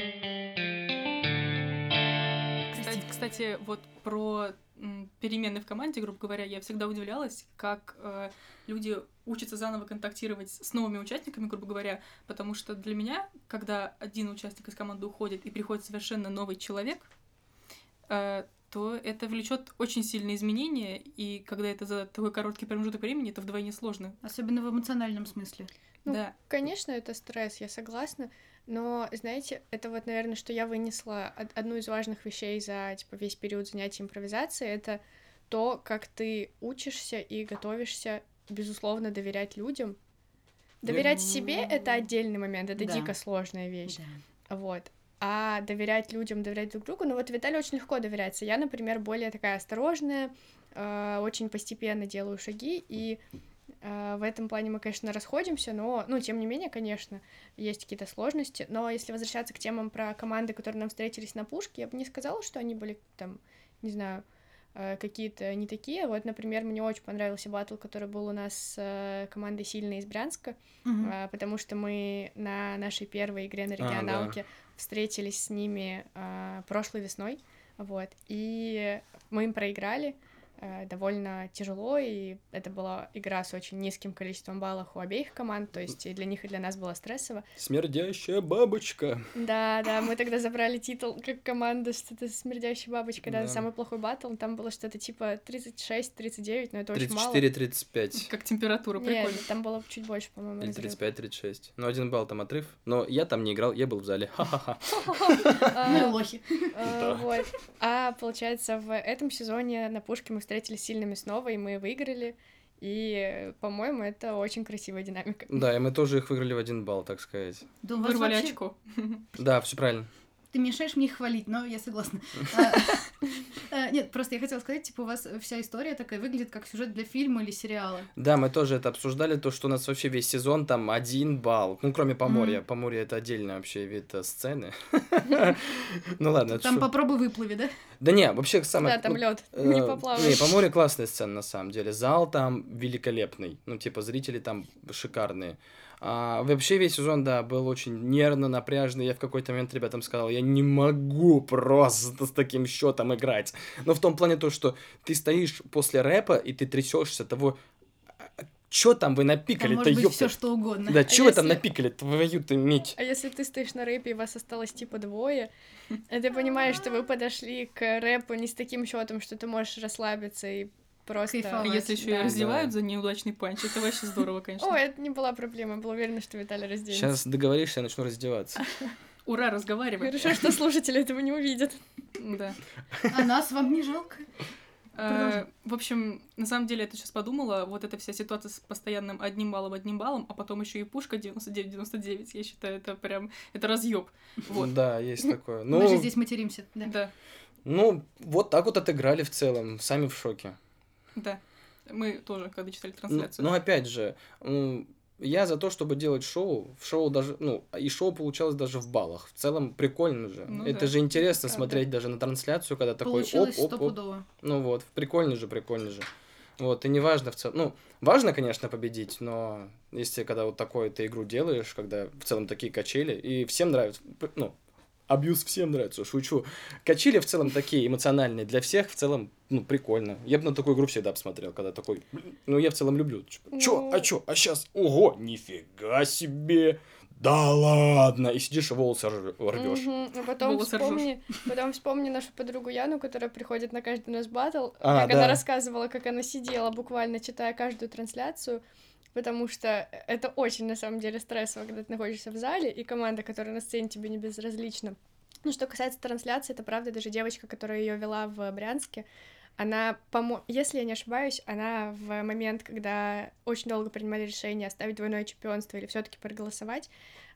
S3: Кстати, кстати, вот про м, перемены в команде, грубо говоря, я всегда удивлялась, как э, люди учатся заново контактировать с с новыми участниками, грубо говоря, потому что для меня, когда один участник из команды уходит и приходит совершенно новый человек, э, то это влечет очень сильные изменения, и когда это за такой короткий промежуток времени, это вдвойне сложно.
S1: Особенно в эмоциональном смысле.
S4: Ну,
S3: да.
S4: Конечно, это стресс, я согласна. Но, знаете, это вот, наверное, что я вынесла од- одну из важных вещей за типа, весь период занятий импровизации, это то, как ты учишься и готовишься, безусловно, доверять людям.
S2: Я-
S4: Доверять себе — это отдельный момент, это
S1: Да.
S4: дико сложная вещь. Вот. А доверять людям, доверять друг другу, ну вот Виталий очень легко доверяется. Я, например, более такая осторожная, э, очень постепенно делаю шаги, и э, в этом плане мы, конечно, расходимся, но, ну, тем не менее, конечно, есть какие-то сложности. Но если возвращаться к темам про команды, которые нам встретились на пушке, я бы не сказала, что они были там, не знаю, э, какие-то не такие. Вот, например, мне очень понравился батл, который был у нас с э, командой «Сильная» из Брянска,
S1: Мгм.
S4: а, потому что мы на нашей первой игре
S2: да.
S4: на регионалке встретились с ними а, прошлой весной, вот, и мы им проиграли э, довольно тяжело, и это была игра с очень низким количеством баллов у обеих команд, то есть и для них, и для нас было стрессово.
S2: Смердящая бабочка.
S4: Да, да, мы тогда забрали титул как команда, что-то смердящая бабочка, да,
S2: Да.
S4: самый плохой баттл, там было что-то типа 36-39, но это очень мало.
S2: 34-35.
S3: Как температура,
S4: Нет,
S3: прикольно.
S4: там было чуть больше, по-моему,
S2: Или
S4: разрыв.
S2: 35-36. Ну, один балл там отрыв. Но я там не играл, я был в зале. Ха-ха-ха.
S4: А,
S1: Ну и лохи.
S4: Э,
S2: Да.
S4: Вот. А получается, в этом сезоне на пушке мы встретились сильными снова, и мы выиграли. И, э, по-моему, это очень красивая динамика.
S2: Да, и мы тоже их выиграли в один балл, так сказать.
S1: Да у вас
S3: Вырвали
S1: вообще-
S3: очко.
S2: Да, все правильно.
S1: Ты мешаешь мне их хвалить, но я согласна. А, а, Нет, просто я хотела сказать, типа, у вас вся история такая выглядит как сюжет для фильма или сериала.
S2: Да, мы тоже это обсуждали, то, что у нас вообще весь сезон там один балл. Ну, кроме Поморья. Поморье — это отдельный вообще вид э, сцены. Ну ладно, это
S1: Там
S2: шутка.
S1: попробуй выплыви, да?
S2: Да не, вообще самое...
S4: Да, там
S2: ну,
S4: лед
S2: Э,
S4: не
S2: Не,
S4: поплаваешь.
S2: Поморье классная сцена, на самом деле. Зал там великолепный. Ну, типа, зрители там шикарные. А, вообще весь сезон, да, был очень нервно напряжный. Я в какой-то момент ребятам сказал, я не могу просто с таким счетом играть. Но в том плане то, что ты стоишь после рэпа, и ты трясешься того, что там вы
S1: Там
S2: напикали-то,
S1: А может быть все
S2: ёпта?
S1: что а угодно.
S2: Да, чё вы там
S4: если-
S2: напикали, твою-то мить?
S4: А если ты стоишь на рэпе, и вас осталось типа двое, и ты понимаешь, что вы подошли к рэпу не с таким счетом, что ты можешь расслабиться и
S3: А
S4: просто...
S1: Кайфовать.
S3: если еще и
S4: Да.
S3: раздевают за неудачный панч, это вообще здорово, конечно.
S4: О, это не была проблема, я была уверена, что Виталий разденется.
S2: Сейчас договоришься, я начну раздеваться.
S3: Ура, разговариваем.
S4: Хорошо, что слушатели этого не увидят.
S3: Да.
S1: А нас вам не жалко?
S3: Э, В общем, на самом деле, я сейчас подумала, вот эта вся ситуация с постоянным одним баллом, одним баллом, а потом еще и пушка 99-99, я считаю, это прям, это разъеб. Вот.
S2: Да, есть такое.
S1: Мы же
S2: Ну,
S1: здесь материмся. Да.
S3: Да,
S2: ну, вот так вот отыграли в целом. Сами в шоке.
S3: да. Мы тоже, когда читали
S2: Ну,
S3: трансляцию.
S2: но опять же, м, я за то, чтобы делать шоу. В шоу даже, ну, и шоу получалось даже в баллах. В целом прикольно же.
S3: Ну
S2: Это
S3: да.
S2: же интересно
S4: Правда.
S2: смотреть даже на трансляцию, когда такой оп,
S1: Получилось
S2: оп, оп.
S1: стопудово. А
S2: Ну вот, прикольно же, прикольно же. Вот, и неважно в целом. Ну, важно, конечно, победить, но если когда вот такую ты игру делаешь, когда в целом такие качели, и всем нравится, п- ну, абьюз всем нравится, шучу. Качели в целом такие эмоциональные для всех, в целом, ну, прикольно. Я бы на такую игру всегда посмотрел, когда такой, «Блин, ну, я в целом люблю. Типа, Чё, а
S4: Ну.
S2: чё, а сейчас, ого, нифига себе, да ладно, и сидишь и волосы рвешь.
S4: Мгм. А потом
S3: Волосы ржёшь.
S4: вспомни, потом вспомни нашу подругу Яну, которая приходит на каждый у нас батл.
S2: А,
S4: как
S2: да.
S4: она рассказывала, как она сидела, буквально читая каждую трансляцию. потому что это очень, на самом деле, стрессово, когда ты находишься в зале, и команда, которая на сцене тебе не безразлична. Ну, что касается трансляции, это правда, даже девочка, которая ее вела в Брянске, она, помо... если я не ошибаюсь, она в момент, когда очень долго принимали решение оставить двойное чемпионство или все-таки проголосовать,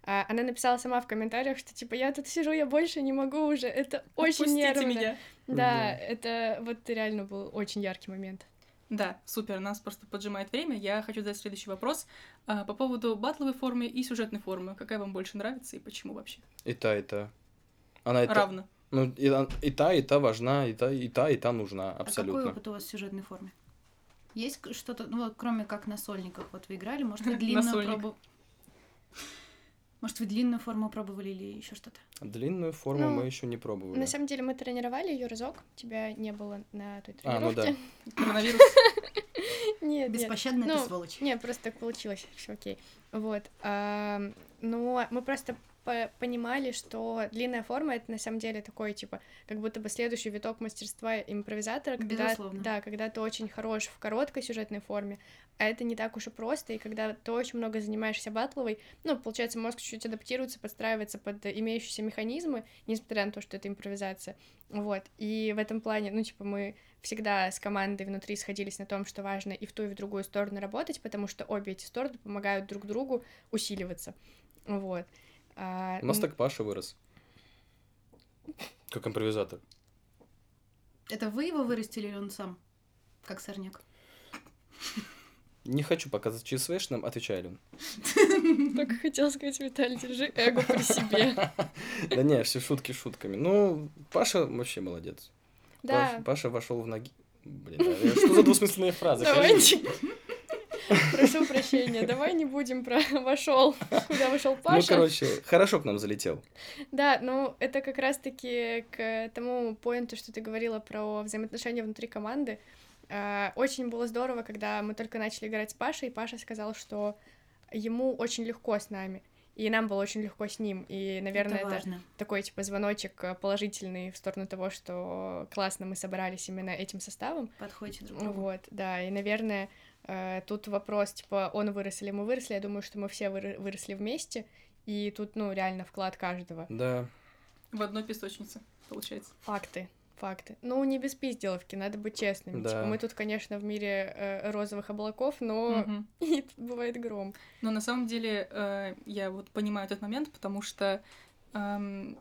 S4: а, она написала сама в комментариях, что типа я тут сижу, я больше не могу уже, это очень
S3: Отпустите
S4: нервно.
S3: меня.
S4: Да,
S2: Да.
S4: это вот реально был очень яркий момент.
S3: Да, супер, нас просто поджимает время. Я хочу задать следующий вопрос а, по поводу батловой формы и сюжетной формы. Какая вам больше нравится и почему вообще?
S2: И та, и та. Она это...
S3: Равно.
S2: Ну, и, он- и та, и та важна, и та, и та, и та нужна,
S1: А какой
S2: абсолютно.
S1: опыт у вас в сюжетной форме? Есть к- что-то, ну, вот кроме как на сольниках, вот вы играли, может, вы длинную
S3: Насольник.
S1: пробу... Может, вы длинную форму пробовали или еще что-то?
S2: Длинную форму
S4: Ну,
S2: мы еще не пробовали.
S4: На самом деле мы тренировали ее разок, тебя не было на той
S2: А, ну да.
S4: тренировке.
S3: Коронавирус.
S4: Нет, нет.
S1: Беспощадная ты
S4: Ну,
S1: сволочь.
S4: Не, просто так получилось, все окей. Вот. ам, но мы просто по- понимали, что длинная форма это на самом деле такой, типа, как будто бы следующий виток мастерства импровизатора, когда,
S1: Безусловно.
S4: да, когда ты очень хорош в короткой сюжетной форме, а это не так уж и просто, и когда ты очень много занимаешься батловой, ну, получается, мозг чуть-чуть адаптируется, подстраивается под имеющиеся механизмы, несмотря на то, что это импровизация. Вот. И в этом плане, ну, типа, мы всегда с командой внутри сходились на том, что важно и в ту, и в другую сторону работать, потому что обе эти стороны помогают друг другу усиливаться. Вот. А,
S2: У нас
S4: м,
S2: так Паша вырос. Как импровизатор.
S1: Это вы его вырастили или он сам? Как сорняк.
S2: Не хочу показать ЧСВшным, отвечай, Ален.
S4: Только хотела сказать, Виталий, держи эго при себе.
S2: Да не, все шутки шутками. Ну, Паша вообще молодец. Паша-
S4: Да,
S2: Паша вошел в ноги. Блин, а что за двусмысленные фразы? Ну,
S4: давайте. Прошу прощения, давай не будем про вошел, куда вошел
S2: Ну,
S4: Паша.
S2: короче, хорошо к нам залетел.
S4: Да, ну это как раз-таки к тому поинту, что ты говорила про взаимоотношения внутри команды. А, Очень было здорово, когда мы только начали играть с Пашей, и Паша сказал, что ему очень легко с нами, и нам было очень легко с ним. И, наверное, это,
S1: важно.
S4: такой типа звоночек э, положительный в сторону того, что классно мы собрались именно этим составом.
S1: Подходите друг к другу.
S4: Вот, да, и, наверное, э, тут вопрос, типа, он вырос или мы выросли, я думаю, что мы все выры- выросли вместе, и тут, ну, реально вклад каждого.
S2: Да.
S3: В одной песочнице, получается.
S4: Факты, факты. Ну, не без пизделовки, надо быть честными.
S2: Да.
S4: Типа, мы тут, конечно, в мире э, розовых облаков, но
S3: Мгм.
S4: и тут бывает гром.
S3: Но на самом деле э, я вот понимаю этот момент, потому что эм,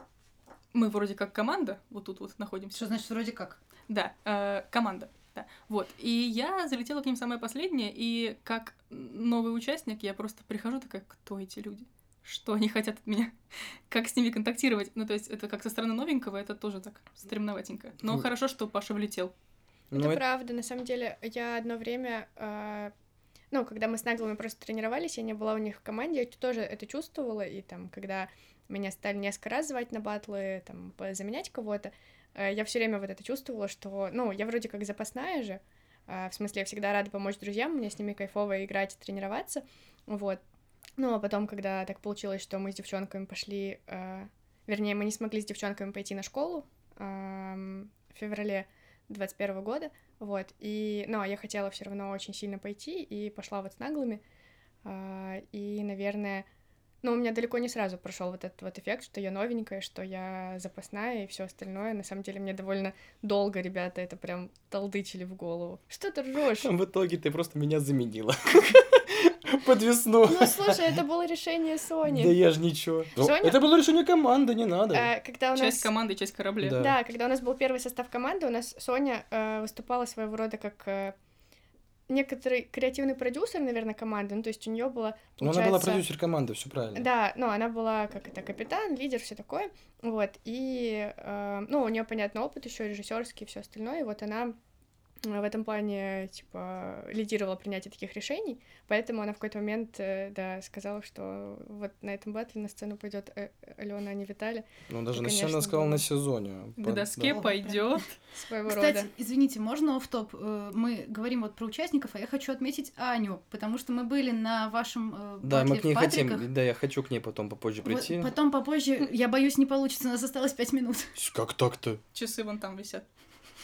S3: мы вроде как команда, вот тут вот
S1: Что
S3: находимся.
S1: значит вроде как?
S3: Да, э, команда. Да. Вот. И я залетела к ним самое последнее, и как новый участник я просто прихожу такая, кто эти люди? Что они хотят от меня? Как с ними контактировать? Ну, то есть это как со стороны новенького, это тоже так стремноватенько. Но
S2: Ну.
S3: хорошо, что Паша влетел.
S2: Ну,
S4: это
S2: это-
S4: правда, на самом деле, я одно время, э, ну, когда мы с наглыми просто тренировались, я не была у них в команде, я тоже это чувствовала, и там, когда меня стали несколько раз звать на батлы, там, по- заменять кого-то, э, я все время вот это чувствовала, что, ну, я вроде как запасная же, э, в смысле, я всегда рада помочь друзьям, мне с ними кайфово играть и тренироваться, вот. Ну, а потом, когда так получилось, что мы с девчонками пошли, э, вернее, мы не смогли с девчонками пойти на школу эм, в феврале 21 года, вот, и, но я хотела все равно очень сильно пойти, и пошла вот с наглыми, А, и, наверное, ну, у меня далеко не сразу прошел вот этот вот эффект, что я новенькая, что я запасная и все остальное. На самом деле, мне довольно долго ребята это прям толдычили в голову. Что ты ржешь?
S2: В итоге ты просто меня заменила. Под весну.
S4: Ну, слушай, это было решение
S2: Да
S4: Сони.
S2: я же ничего. Ну,
S4: Соня-
S2: Это было решение команды, не надо.
S4: Э, когда у
S3: Часть
S4: нас...
S3: команды, часть корабля.
S2: Да.
S4: Да, когда у нас был первый состав команды, у нас Соня э, выступала своего рода как э, некоторый креативный продюсер, наверное, команды. Ну, то есть у нее была,
S2: Ну, она была
S4: получается-
S2: продюсер команды, все правильно.
S4: Да, ну, она была, как это, капитан, лидер, все такое. Вот, и, э, ну, у нее, понятно, опыт еще режиссерский и все остальное. И вот она э, в этом плане, типа, лидировала принятие таких решений, поэтому она в какой-то момент, э, да, сказала, что вот на этом батле на сцену пойдет Алена, а не Виталий,
S2: Ну, даже
S4: Ну,
S2: на сцене
S4: конечно,
S2: она сказала
S4: было.
S2: на сезоне.
S3: К
S2: По-
S3: доске
S1: да.
S3: пойдет.
S4: своего
S1: Кстати,
S4: рода.
S1: извините, можно офф топ Э, Мы говорим вот про участников, а я хочу отметить Аню, потому что мы были на вашем э,
S2: Да,
S1: батле
S2: мы к ней
S1: в Патриках.
S2: хотим. Да, я хочу к ней потом попозже
S1: Вот
S2: прийти.
S1: потом попозже, я боюсь, не получится, у нас осталось пять минут.
S2: Как так-то?
S3: Часы вон там висят.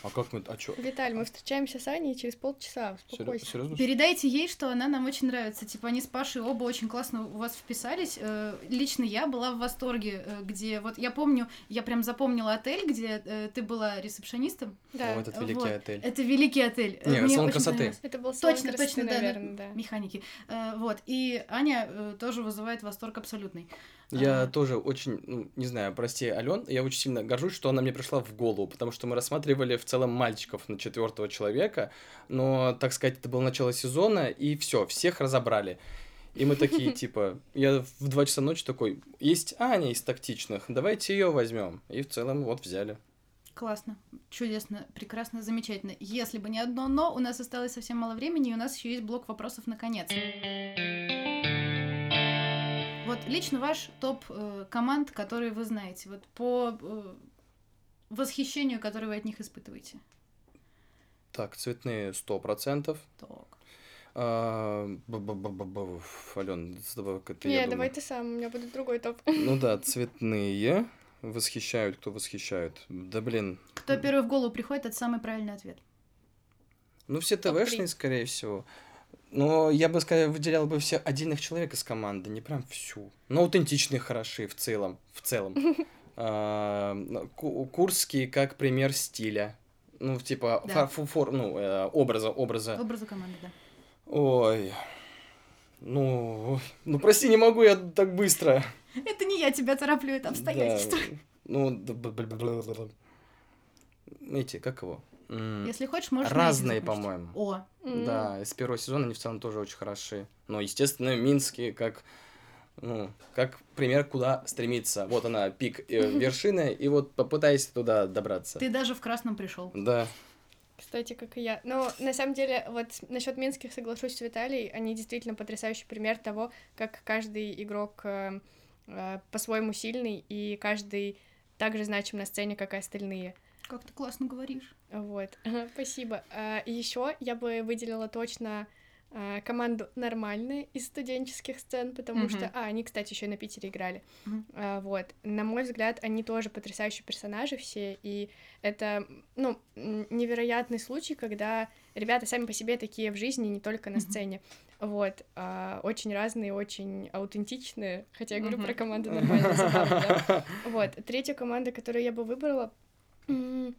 S2: А как мы... А чё?
S4: Виталь, мы встречаемся с Аней через полчаса, успокойся.
S2: Серьезно?
S1: Передайте ей, что она нам очень нравится. Типа, они с Пашей оба очень классно у вас вписались. Э, Лично я была в восторге, э, где... Вот я помню, я прям запомнила отель, где э, ты была ресепшонистом.
S4: Да,
S2: этот великий
S1: Вот.
S2: отель.
S1: Это великий отель. Э,
S2: Не,
S1: мне
S2: салон
S1: очень
S2: красоты.
S1: понравилось.
S4: это был
S1: Точно, точно, да,
S4: наверное, да.
S1: Механики. Э, Вот. И Аня э, тоже вызывает восторг абсолютный.
S2: Я
S1: А.
S2: тоже очень, ну, не знаю, прости, Ален, я очень сильно горжусь, что она мне пришла в голову, потому что мы рассматривали в целом мальчиков на четвертого человека, но, так сказать, это было начало сезона, и все, всех разобрали. И мы такие, типа, я в 2 часа ночи такой, есть Аня из тактичных, давайте ее возьмем. И в целом вот взяли.
S1: Классно, чудесно, прекрасно, замечательно. Если бы не одно «но», у нас осталось совсем мало времени, и у нас еще есть блок вопросов наконец. Вот лично ваш топ э, команд, которые вы знаете, вот по э, восхищению, которое вы от них испытываете.
S2: Так, цветные 100%.
S1: Так.
S2: А, б-б-б-б-б, Ален, с тобой как-то я
S4: Не,
S2: думаю.
S4: давай ты сам, у меня будет другой топ.
S2: Ну да, цветные восхищают, кто восхищает. Да блин,
S1: Кто первый в голову приходит, это самый правильный ответ.
S2: Ну, все
S4: Топ-три.
S2: ТВшные, скорее всего. Но я бы сказал, выделял бы все отдельных человек из команды, не прям всю. Но аутентичные хороши в целом. В целом. А, ну, Ку- Курский как пример стиля. Ну, типа,
S1: Да.
S2: фа- фу- фор- ну, э, образа, образа.
S1: Образы команды, да.
S2: Ой. Ну, ой. ну, прости, не могу я так быстро.
S1: Это не я тебя тороплю, это обстоятельства.
S2: Да. Ну, да, бл- бл- бл- бл- бл. эти, как его? М,
S1: Если хочешь, можешь... на эти
S2: Разные,
S1: закончить.
S2: по-моему.
S1: О,
S4: М.
S2: Да, из первого сезона они в целом тоже очень хороши. Но, естественно, Минские как, ну, как пример, куда стремиться. Вот она, пик э, вершины, и вот попытайся туда добраться.
S1: ты даже в красном пришел.
S2: Да.
S4: Кстати, как и я. Но на самом деле, вот насчет минских соглашусь с Виталией, они действительно потрясающий пример того, как каждый игрок э, э, по-своему сильный, и каждый так же значим на сцене, как и остальные.
S1: Как ты классно говоришь.
S4: Вот, спасибо. Еще я бы выделила точно э, команду нормальные из студенческих сцен, потому
S3: Мгм.
S4: что, а, они, кстати, еще и на Питере играли.
S1: Мгм.
S4: А, вот, на мой взгляд, они тоже потрясающие персонажи все, и это, ну, м, невероятный случай, когда ребята сами по себе такие в жизни, не только на
S1: Мгм.
S4: сцене. Вот, а, очень разные, очень аутентичные, хотя я говорю
S3: Мгм.
S4: про команду нормальные, забавно, да? Вот, третья команда, которую я бы выбрала... м,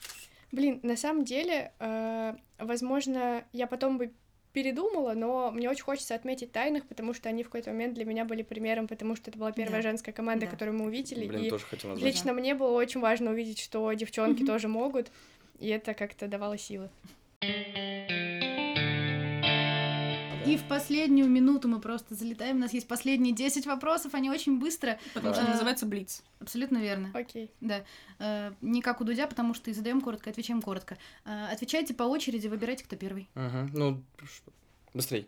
S4: Блин, на самом деле, э, возможно, я потом бы передумала, но мне очень хочется отметить тайных, потому что они в какой-то момент для меня были примером, потому что это была первая
S1: Да.
S4: женская команда,
S1: Да.
S4: которую мы увидели,
S2: Блин,
S4: и
S2: тоже хотел назвать.
S4: лично мне было очень важно увидеть, что девчонки
S1: Мгм.
S4: тоже могут, и это как-то давало силы.
S1: И в последнюю минуту мы просто залетаем. У нас есть последние 10 вопросов, они очень быстро.
S3: Потому что
S1: Да.
S3: она называется Блиц.
S1: Абсолютно верно.
S4: Окей.
S1: Э, не как у Дудя, потому что и задаем коротко, и отвечаем коротко. Э, отвечайте по очереди, выбирайте, кто первый.
S2: Мгм. Ну, ш- быстрей.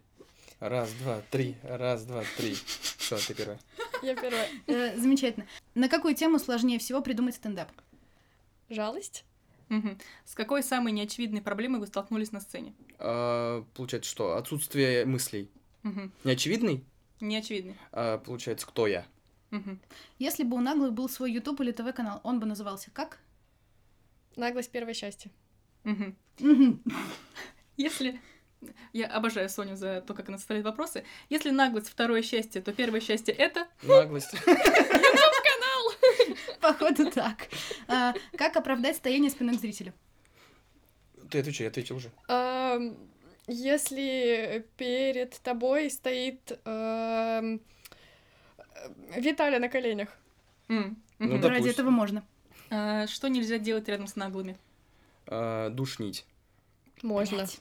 S2: Раз, два, три. Раз, два, три. Все, ты первая.
S4: Я первая.
S1: Э, замечательно. На какую тему сложнее всего придумать стендап?
S4: Жалость?
S3: Мгм. С какой самой неочевидной проблемой вы столкнулись на сцене?
S2: А, получается что? Отсутствие мыслей.
S3: Мгм.
S2: Неочевидный?
S3: Неочевидной.
S2: А, получается, кто я?
S3: Мгм.
S1: Если бы у Наглых был свой YouTube или ТВ-канал, он бы назывался как?
S4: Наглость первое счастье.
S3: Мгм.
S1: Мгм.
S3: Если... Я обожаю Соню за то, как она ставит вопросы. Если наглость второе счастье, то первое счастье это...
S2: Наглость.
S1: Походу так. А, Как оправдать стояние спины к зрителю?
S2: Ты отвечай, я ответил уже.
S4: Ам, Если перед тобой стоит эм, э, Виталя на коленях.
S3: М.
S2: Ну
S3: Мгм.
S2: да.
S1: Ради
S2: Допустим.
S1: этого можно.
S3: А, Что нельзя делать рядом с наглыми?
S2: А, душнить.
S4: Можно.
S1: Блядь.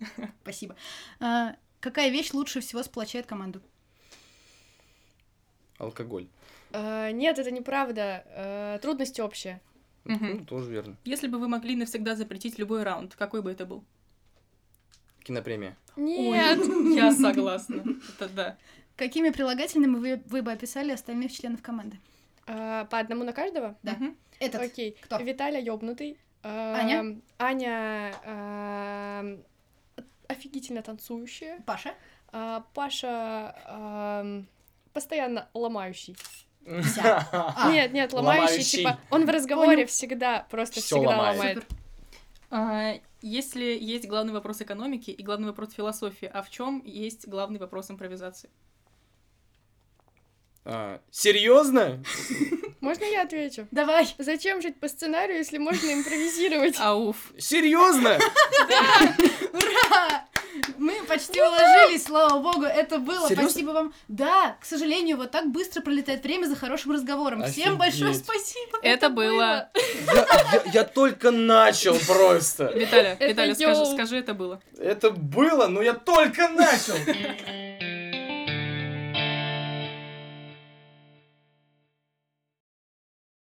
S1: Спасибо. А, Какая вещь лучше всего сплочает команду?
S2: Алкоголь.
S4: Э, Нет, это неправда. Э, Трудности общие.
S3: Мгм.
S2: Ну, тоже верно.
S3: Если бы вы могли навсегда запретить любой раунд, какой бы это был?
S2: Кинопремия.
S4: Нет.
S3: Ой, я согласна. Это да.
S1: Какими прилагательными вы, вы бы описали остальных членов команды?
S4: Э, По одному на каждого?
S1: Да.
S3: Мгм.
S1: Этот.
S4: Окей.
S1: кто?
S4: Виталя ёбнутый. Э,
S1: Аня?
S4: Аня эм, офигительно танцующая.
S1: Паша.
S4: А Паша эм, постоянно ломающий.
S1: Вся. А,
S4: Нет, нет, ломающий,
S2: А, ломающий.
S4: типа, он в разговоре
S1: Понял.
S4: всегда, просто
S2: Всё
S4: всегда
S2: ломает.
S4: ломает.
S3: А, А, Если есть главный вопрос экономики и главный вопрос философии, а в чем есть главный вопрос импровизации?
S2: А, серьезно?
S4: Можно я отвечу?
S1: Давай!
S4: Зачем жить по сценарию, если можно импровизировать?
S3: Ауф.
S2: Серьезно?
S1: Ура! Мы почти уложились, слава богу, это было.
S2: Серьёзно?
S1: Спасибо вам. Да, к сожалению, вот так быстро пролетает время за хорошим разговором. Всем
S2: Офигеть.
S1: большое спасибо.
S3: Это было.
S2: Я, я- я только начал просто.
S3: Виталя,
S4: Это
S3: Виталя, скажи,
S4: йоу.
S3: скажи, это было.
S2: Это было, но я только начал.
S1: было.